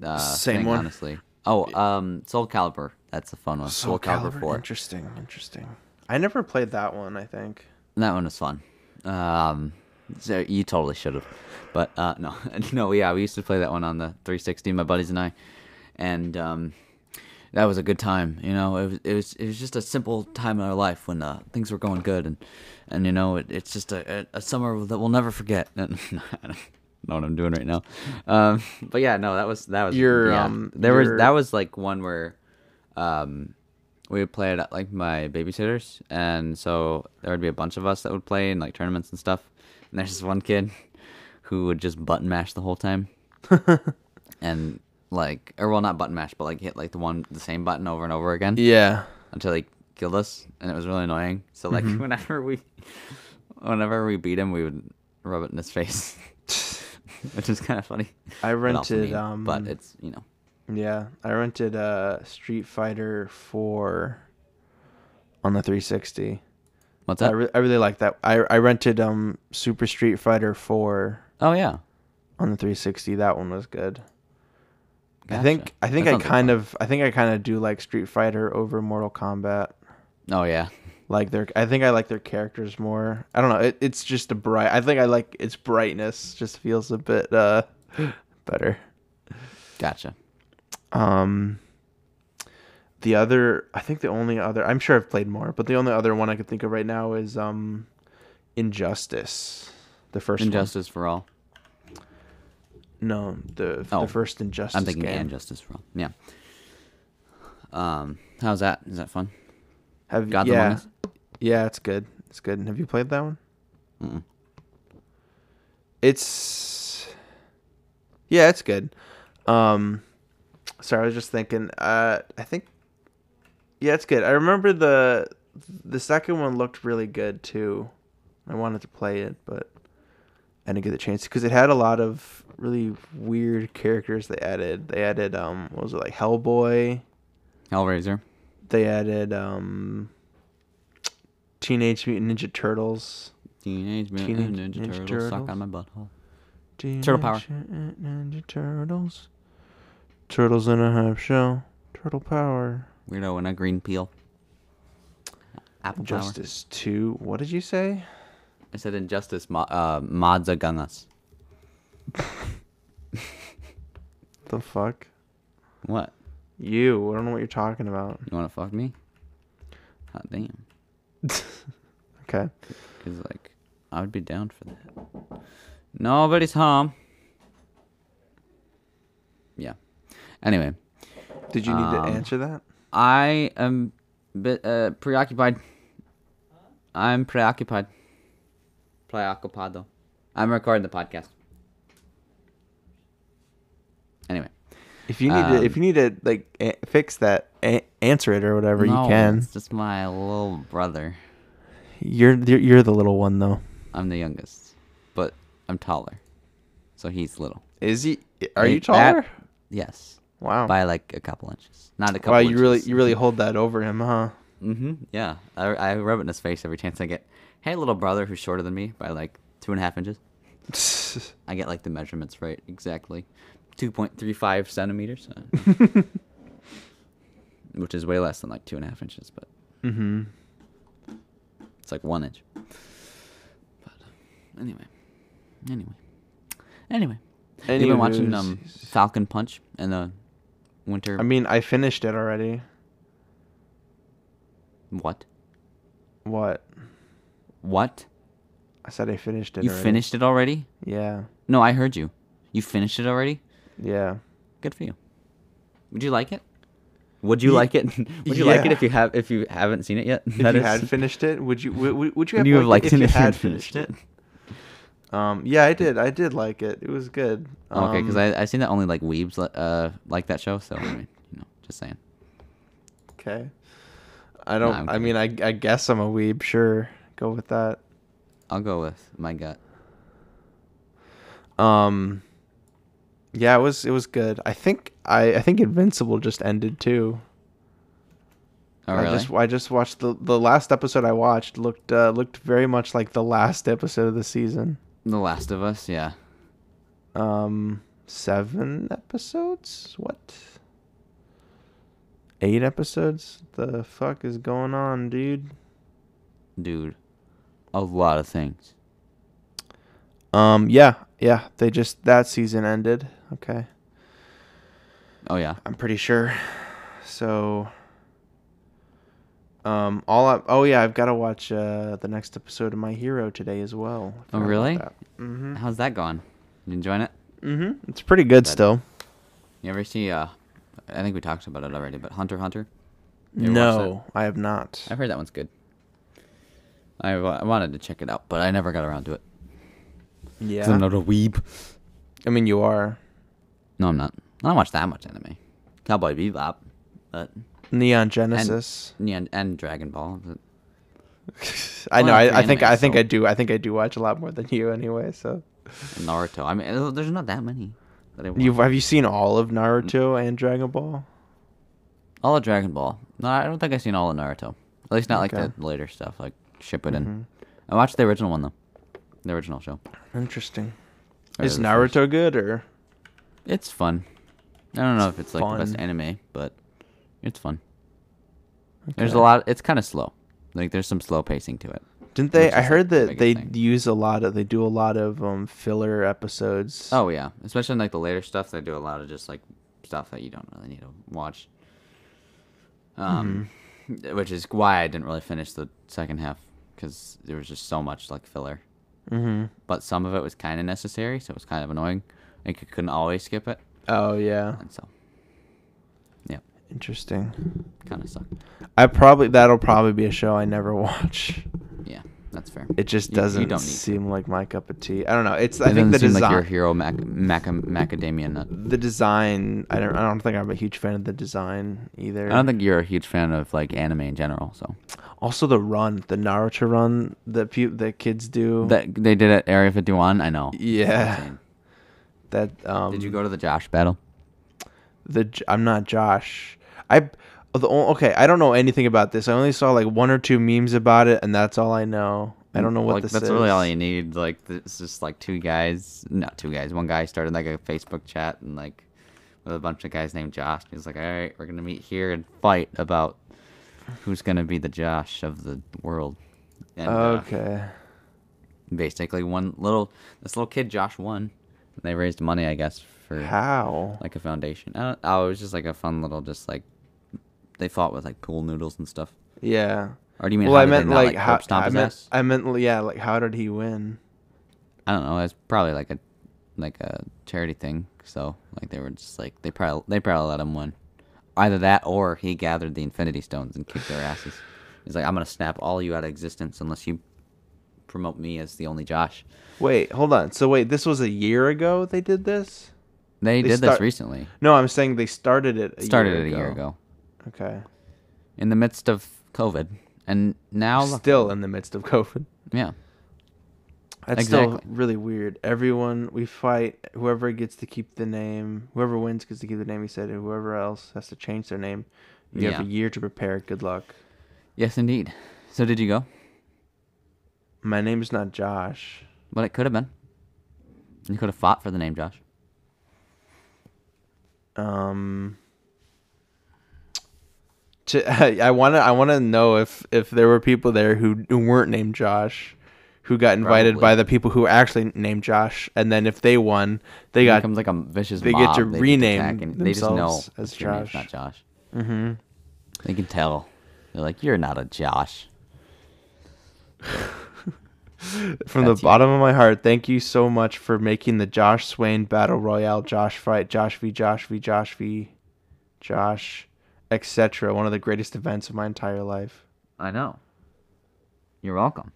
[SPEAKER 2] Uh,
[SPEAKER 1] Same
[SPEAKER 2] thing,
[SPEAKER 1] one?
[SPEAKER 2] honestly. Oh, um, Soul Calibur. That's a fun one. Soul, Calibur, Four.
[SPEAKER 1] Interesting, interesting. I never played that one. I think.
[SPEAKER 2] That one was fun. Um, So you totally should have, but uh, no, no, yeah, we used to play that one on the 360, my buddies and I, and um, that was a good time. You know, it was it was it was just a simple time in our life when uh, things were going good, and and you know, it, it's just a, a, a summer that we'll never forget. I don't know what I'm doing right now, um, but yeah, no, that was that was
[SPEAKER 1] Your,
[SPEAKER 2] yeah.
[SPEAKER 1] um,
[SPEAKER 2] there
[SPEAKER 1] your-
[SPEAKER 2] was that was like one where um, we would play it at like my babysitters, and so there would be a bunch of us that would play in like tournaments and stuff. And there's this one kid who would just button mash the whole time, and like, or well, not button mash, but like hit like the one the same button over and over again
[SPEAKER 1] Yeah.
[SPEAKER 2] until he killed us, and it was really annoying. So like,
[SPEAKER 1] Mm-hmm.
[SPEAKER 2] whenever we, whenever we beat him, we would rub it in his face, which is kind of funny.
[SPEAKER 1] I
[SPEAKER 2] but also
[SPEAKER 1] rented.
[SPEAKER 2] mean.
[SPEAKER 1] um,
[SPEAKER 2] but it's you know,
[SPEAKER 1] Yeah, I rented uh, Street Fighter Four on the 360.
[SPEAKER 2] what's
[SPEAKER 1] I,
[SPEAKER 2] that?
[SPEAKER 1] re- I really like that. I I rented um Super Street Fighter Four
[SPEAKER 2] oh yeah,
[SPEAKER 1] on the 360. That one was good. I think
[SPEAKER 2] Gotcha.
[SPEAKER 1] I think
[SPEAKER 2] That
[SPEAKER 1] I
[SPEAKER 2] sounds like
[SPEAKER 1] kind of I think I kind of do like Street Fighter over Mortal Kombat.
[SPEAKER 2] Oh yeah,
[SPEAKER 1] Like their I think I like their characters more. I don't know. It, it's just a bright. I think I like its brightness. Just feels a bit uh better.
[SPEAKER 2] gotcha.
[SPEAKER 1] Um, the other, I think the only other, I'm sure I've played more, but the only other one I could think of right now is um, Injustice, the first
[SPEAKER 2] Injustice for all.
[SPEAKER 1] One. No, the
[SPEAKER 2] Oh,
[SPEAKER 1] the first Injustice.
[SPEAKER 2] I'm thinking
[SPEAKER 1] game.
[SPEAKER 2] and Justice for all. Yeah. Um, how's that? Is that fun?
[SPEAKER 1] Have
[SPEAKER 2] Gods Among
[SPEAKER 1] yeah,
[SPEAKER 2] Us?
[SPEAKER 1] yeah, it's good. It's good. Have you played that one?
[SPEAKER 2] Mm-mm.
[SPEAKER 1] It's yeah, it's good. Um, sorry, I was just thinking. Uh, I think yeah, it's good. I remember the the second one looked really good too. I wanted to play it, but I didn't get the chance because it had a lot of really weird characters they added. They added um, what was it like Hellboy?
[SPEAKER 2] Hellraiser.
[SPEAKER 1] They added um, Teenage Mutant Ninja Turtles.
[SPEAKER 2] Teenage Mutant
[SPEAKER 1] Teenage
[SPEAKER 2] Ninja,
[SPEAKER 1] Ninja
[SPEAKER 2] Turtles,
[SPEAKER 1] Turtles.
[SPEAKER 2] Suck on my butthole. Turtle power.
[SPEAKER 1] Teenage Ninja Turtles. Turtles in a half shell. Turtle power.
[SPEAKER 2] Weirdo in a green peel. Apple Justice.
[SPEAKER 1] Justice two. What did you say?
[SPEAKER 2] I said Injustice. Mo- uh, mods are gun us.
[SPEAKER 1] The fuck?
[SPEAKER 2] What?
[SPEAKER 1] You. I don't know what you're talking about.
[SPEAKER 2] You want to fuck me? Hot damn.
[SPEAKER 1] Okay.
[SPEAKER 2] Cause like, I would be down for that. Nobody's home. Yeah. Anyway,
[SPEAKER 1] Did you need to
[SPEAKER 2] Um,
[SPEAKER 1] answer that?
[SPEAKER 2] I am bit uh, preoccupied. I'm preoccupied. Preoccupado. I'm recording the podcast. Anyway,
[SPEAKER 1] If you need to, if you need to like a- fix that, a- answer it or whatever
[SPEAKER 2] no,
[SPEAKER 1] you can.
[SPEAKER 2] It's just my little brother.
[SPEAKER 1] You're, you're you're the little one though.
[SPEAKER 2] I'm the youngest, but I'm taller, so he's little.
[SPEAKER 1] Is he? Are
[SPEAKER 2] Hey,
[SPEAKER 1] you
[SPEAKER 2] that-
[SPEAKER 1] taller?
[SPEAKER 2] Yes,
[SPEAKER 1] wow.
[SPEAKER 2] by like a couple inches, not a couple.
[SPEAKER 1] wow. Oh. You
[SPEAKER 2] inches.
[SPEAKER 1] really you really hold that over him, huh?
[SPEAKER 2] Mm-hmm. Yeah, I, I rub it in his face every chance I get. Hey, little brother, who's shorter than me by like two and a half inches. I get like the measurements right exactly, two point three five centimeters, uh, which is way less than like two and a half inches, but
[SPEAKER 1] mm-hmm.
[SPEAKER 2] it's like one inch. But uh, anyway, anyway, anyway, you've been watching um,
[SPEAKER 1] Anywho's.
[SPEAKER 2] Falcon Punch and the Winter
[SPEAKER 1] I mean, I finished it already.
[SPEAKER 2] what
[SPEAKER 1] What?
[SPEAKER 2] what
[SPEAKER 1] I said I finished it.
[SPEAKER 2] you
[SPEAKER 1] already.
[SPEAKER 2] finished it already?
[SPEAKER 1] Yeah,
[SPEAKER 2] No, I heard you. You finished it already.
[SPEAKER 1] yeah.
[SPEAKER 2] Good for you. Would you like it? Would you
[SPEAKER 1] Ye-
[SPEAKER 2] like it? Would you like it
[SPEAKER 1] yeah.
[SPEAKER 2] if you have if you haven't seen it yet?
[SPEAKER 1] If you had finished it, would you would, would you have
[SPEAKER 2] Would you have
[SPEAKER 1] liked,
[SPEAKER 2] liked it
[SPEAKER 1] if
[SPEAKER 2] if
[SPEAKER 1] you had
[SPEAKER 2] finished it?
[SPEAKER 1] Um, yeah, I did. I did like it. It was good. Um,
[SPEAKER 2] Oh, okay, because I I seen that only like weebs li- uh like that show. So I mean, you know, just saying.
[SPEAKER 1] okay. I don't.
[SPEAKER 2] I'm
[SPEAKER 1] I mean, I I guess I'm a weeb. Sure, go with that.
[SPEAKER 2] I'll go with my gut.
[SPEAKER 1] Um, yeah, it was it was good. I think I I think Invincible just ended too.
[SPEAKER 2] Oh
[SPEAKER 1] I
[SPEAKER 2] really?
[SPEAKER 1] just I just watched the the last episode I watched looked uh, looked very much like the last episode of the season.
[SPEAKER 2] the Last of Us. Yeah.
[SPEAKER 1] um seven episodes what eight episodes the fuck is going on dude
[SPEAKER 2] Dude, a lot of things.
[SPEAKER 1] Um, yeah, yeah. They just that season ended. Okay,
[SPEAKER 2] Oh yeah.
[SPEAKER 1] I'm pretty sure. So, um, all I, oh yeah, I've got to watch uh the next episode of My Hero today as well.
[SPEAKER 2] Oh really?
[SPEAKER 1] Mm-hmm.
[SPEAKER 2] How's that going? You enjoying it?
[SPEAKER 1] Mm-hmm. It's pretty good
[SPEAKER 2] That-
[SPEAKER 1] still.
[SPEAKER 2] You ever see? Uh, I think we talked about it already, but Hunter x Hunter. You ever watch that?
[SPEAKER 1] No, I have not.
[SPEAKER 2] I've heard that one's good. I wa- I wanted to check it out, but I never got around to it. 'Cause
[SPEAKER 1] Yeah.
[SPEAKER 2] I'm not a weeb.
[SPEAKER 1] I mean, you are
[SPEAKER 2] No, I'm not. I don't watch that much anime. Cowboy Bebop, but
[SPEAKER 1] Neon Genesis.
[SPEAKER 2] yeah, and, and Dragon Ball. but-
[SPEAKER 1] I know.
[SPEAKER 2] Well,
[SPEAKER 1] I,
[SPEAKER 2] for
[SPEAKER 1] I think.
[SPEAKER 2] anime,
[SPEAKER 1] I think
[SPEAKER 2] so-
[SPEAKER 1] I do. I think I do watch a lot more than you anyway. So
[SPEAKER 2] and Naruto. I mean, uh, there's not that many. That I watch.
[SPEAKER 1] you have you seen all
[SPEAKER 2] Mm.
[SPEAKER 1] of Naruto and Dragon Ball?
[SPEAKER 2] all of Dragon Ball. No, I don't think I've seen all of Naruto. At least not like
[SPEAKER 1] Okay. Mm-hmm.
[SPEAKER 2] the later stuff, like Shippuden. in. I watched the original one though, the original show.
[SPEAKER 1] Interesting.
[SPEAKER 2] Or
[SPEAKER 1] Is
[SPEAKER 2] the first.
[SPEAKER 1] Naruto good or?
[SPEAKER 2] It's fun. I don't know if it's like the best
[SPEAKER 1] fun.
[SPEAKER 2] anime, but it's fun. There's a lot. It's kind of slow. Like there's some slow pacing to it.
[SPEAKER 1] Didn't they?
[SPEAKER 2] which
[SPEAKER 1] I
[SPEAKER 2] is, like,
[SPEAKER 1] heard
[SPEAKER 2] the
[SPEAKER 1] that
[SPEAKER 2] biggest
[SPEAKER 1] they
[SPEAKER 2] thing.
[SPEAKER 1] use a lot of. They do a lot of um filler episodes.
[SPEAKER 2] Oh yeah, especially in, like the later stuff. They do a lot of just like stuff that you don't really need to watch. Um, which is why I didn't really finish the second half because there was just so much like filler.
[SPEAKER 1] Mm-hmm.
[SPEAKER 2] But some of it was kind of necessary, so it was kind of annoying. Like you couldn't always skip it,
[SPEAKER 1] Oh yeah.
[SPEAKER 2] and so
[SPEAKER 1] Interesting.
[SPEAKER 2] kind of sucked.
[SPEAKER 1] I probably that'll probably be a show I never watch.
[SPEAKER 2] Yeah, that's fair.
[SPEAKER 1] It just
[SPEAKER 2] You- you
[SPEAKER 1] doesn't
[SPEAKER 2] don't need to.
[SPEAKER 1] seem like my cup of tea. I don't know. It's. I
[SPEAKER 2] It
[SPEAKER 1] think
[SPEAKER 2] doesn't
[SPEAKER 1] the
[SPEAKER 2] seem like
[SPEAKER 1] design.
[SPEAKER 2] your hero mac- mac- macadamia nut.
[SPEAKER 1] the design. I don't. I don't think I'm a huge fan of the design either.
[SPEAKER 2] I don't think you're a huge fan of like anime in general, so
[SPEAKER 1] Also, the run, the Naruto run that pu- that kids do.
[SPEAKER 2] that they did at Area 51. I know.
[SPEAKER 1] yeah,
[SPEAKER 2] Insane.
[SPEAKER 1] that. Um,
[SPEAKER 2] Did you go to the Josh battle?
[SPEAKER 1] The J- I'm not Josh. I the o- okay. I don't know anything about this. I only saw like one or two memes about it, and that's all I know. I don't know what
[SPEAKER 2] like,
[SPEAKER 1] this
[SPEAKER 2] that's
[SPEAKER 1] is.
[SPEAKER 2] really all you need. Like it's just like two guys, not two guys. One guy started like a Facebook chat and like with a bunch of guys named Josh. He's like, all right, we're gonna meet here and fight about who's gonna be the Josh of the world. And, uh,
[SPEAKER 1] Okay.
[SPEAKER 2] basically, one little this little kid Josh won. And they raised money, I guess, for
[SPEAKER 1] How?
[SPEAKER 2] like a foundation. I don't, oh, it was just like a fun little, just like they fought with like pool noodles and stuff.
[SPEAKER 1] Yeah.
[SPEAKER 2] Or do you mean?
[SPEAKER 1] Well,
[SPEAKER 2] how
[SPEAKER 1] I
[SPEAKER 2] did they
[SPEAKER 1] meant
[SPEAKER 2] not,
[SPEAKER 1] like,
[SPEAKER 2] curb
[SPEAKER 1] how.
[SPEAKER 2] stomp
[SPEAKER 1] I
[SPEAKER 2] his
[SPEAKER 1] meant.
[SPEAKER 2] ass?
[SPEAKER 1] I meant yeah. Like how did he win?
[SPEAKER 2] I don't know. It's probably like a like a charity thing. So like they were just like they probably they probably let him win. Either that or he gathered the Infinity Stones and kicked their asses. He's like, I'm gonna snap all you out of existence unless you promote me as the only Josh.
[SPEAKER 1] Wait, hold on. So wait, this was a year ago they did this.
[SPEAKER 2] They,
[SPEAKER 1] They
[SPEAKER 2] did
[SPEAKER 1] start-
[SPEAKER 2] this recently.
[SPEAKER 1] No, I'm saying they started it. A
[SPEAKER 2] Started
[SPEAKER 1] year
[SPEAKER 2] it a
[SPEAKER 1] ago.
[SPEAKER 2] year ago
[SPEAKER 1] Okay.
[SPEAKER 2] in the midst of COVID, and now
[SPEAKER 1] Still in the midst of COVID.
[SPEAKER 2] yeah.
[SPEAKER 1] That's
[SPEAKER 2] Exactly.
[SPEAKER 1] still really weird. Everyone we fight, whoever gets to keep the name, whoever wins gets to keep the name. He said, and whoever else has to change their name. You have a
[SPEAKER 2] Yeah.
[SPEAKER 1] year to prepare. Good luck.
[SPEAKER 2] Yes, indeed. So did you go?
[SPEAKER 1] My name's not Josh.
[SPEAKER 2] But it could have been. You could have fought for the name Josh.
[SPEAKER 1] Um. To, I want to. I want to know if if there were people there who, who weren't named Josh, who got invited
[SPEAKER 2] Probably.
[SPEAKER 1] by the people who were actually named Josh, and then if they won, they
[SPEAKER 2] It
[SPEAKER 1] got
[SPEAKER 2] becomes like a vicious
[SPEAKER 1] they get
[SPEAKER 2] mob.
[SPEAKER 1] to rename
[SPEAKER 2] attack and they just know
[SPEAKER 1] themselves as
[SPEAKER 2] it's your name's
[SPEAKER 1] Josh.
[SPEAKER 2] not Josh. Mm-hmm. They can tell. They're like, you're not a Josh.
[SPEAKER 1] From the
[SPEAKER 2] That's you.
[SPEAKER 1] bottom of my heart, thank you so much for making the Josh Swain Battle Royale, Josh Fight, Josh v Josh v Josh v Josh, etc. One of the greatest events of my entire life.
[SPEAKER 2] I know. You're welcome.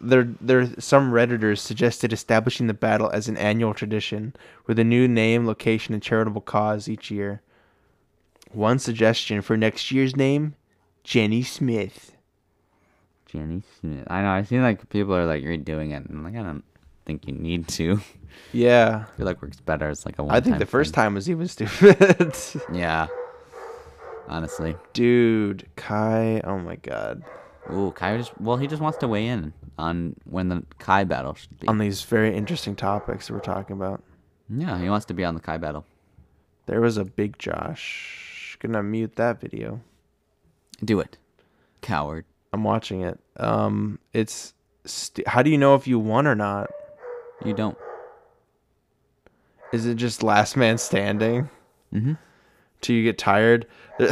[SPEAKER 1] There, there. Some redditors suggested establishing the battle as an annual tradition with a new name, location, and charitable cause each year. One suggestion for next year's name: Jenny Smith.
[SPEAKER 2] Jenny Smith. I know. I see like people are like redoing it, and I'm like, I don't think you need to. I
[SPEAKER 1] Yeah,
[SPEAKER 2] feel like works better. It's like a one.
[SPEAKER 1] I think the first time was even stupid.
[SPEAKER 2] time. Yeah. Honestly.
[SPEAKER 1] Dude, Kai. Oh my god.
[SPEAKER 2] Ooh, Kai just. Well, he just wants to weigh in on when the Kai battle should be.
[SPEAKER 1] on these very interesting topics that we're talking about.
[SPEAKER 2] yeah, he wants to be on the Kai battle.
[SPEAKER 1] There was a big Josh. Gonna mute that video.
[SPEAKER 2] Do it. Coward.
[SPEAKER 1] I'm watching it. Um, it's st- how do you know if you won or not?
[SPEAKER 2] You don't.
[SPEAKER 1] Is it just last man standing?
[SPEAKER 2] Mhm.
[SPEAKER 1] Till you get tired.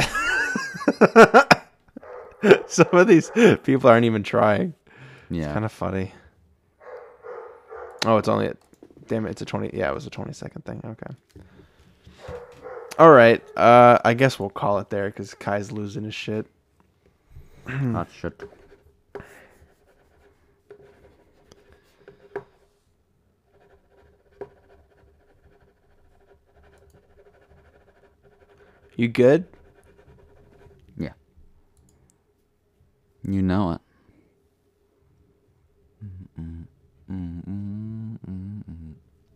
[SPEAKER 1] Some of these people aren't even trying.
[SPEAKER 2] Yeah.
[SPEAKER 1] Kind of funny. Oh, it's only at. Damn it! It's a twenty. Yeah, it was a twenty-second thing. Okay. All right. Uh, I guess we'll call it there because Kai's losing his shit.
[SPEAKER 2] Not shit.
[SPEAKER 1] You good?
[SPEAKER 2] Yeah. You know it.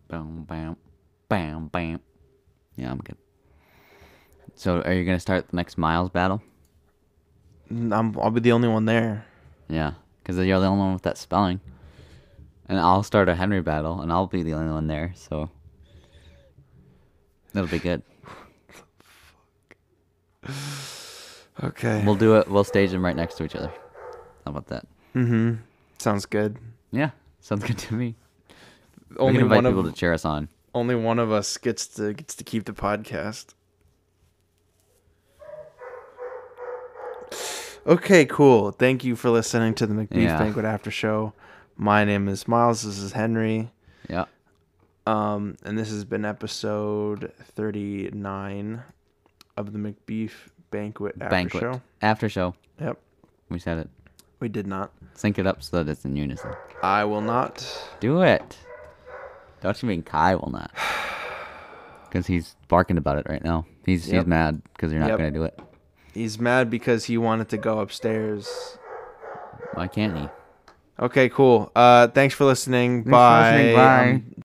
[SPEAKER 2] Bam, bam, bam, bam. Yeah, I'm good. So, are you gonna start the next Miles battle?
[SPEAKER 1] N- I'm, I'll be the only one there.
[SPEAKER 2] Yeah, because you're the only one with that spelling. And I'll start a Henry battle, and I'll be the only one there, so. It'll be good.
[SPEAKER 1] Okay.
[SPEAKER 2] We'll do it. We'll stage them right next to each other. How about that?
[SPEAKER 1] mm-hmm. Sounds good.
[SPEAKER 2] Yeah, sounds good to me. we
[SPEAKER 1] Only
[SPEAKER 2] can invite
[SPEAKER 1] one of
[SPEAKER 2] people to cheer us on.
[SPEAKER 1] only one of us gets to gets to keep the podcast. Okay, cool. Thank you for listening to the McBeef
[SPEAKER 2] Yeah.
[SPEAKER 1] Banquet After Show. My name is Miles. This is Henry.
[SPEAKER 2] Yeah.
[SPEAKER 1] Um, and this has been episode thirty nine of the McBeef Banquet After
[SPEAKER 2] banquet
[SPEAKER 1] Show.
[SPEAKER 2] after show.
[SPEAKER 1] Yep,
[SPEAKER 2] We said it.
[SPEAKER 1] we did not.
[SPEAKER 2] Sync it up so that it's in unison.
[SPEAKER 1] I will not.
[SPEAKER 2] Do it. Don't you mean Kai will not? Because he's barking about it right now. He's
[SPEAKER 1] Yep.
[SPEAKER 2] he's mad because you're not
[SPEAKER 1] Yep.
[SPEAKER 2] gonna do it.
[SPEAKER 1] He's mad because he wanted to go upstairs.
[SPEAKER 2] Why can't he?
[SPEAKER 1] Okay, cool. Uh, thanks for listening.
[SPEAKER 2] for
[SPEAKER 1] Bye. Um,
[SPEAKER 2] listening. Bye.
[SPEAKER 1] I'm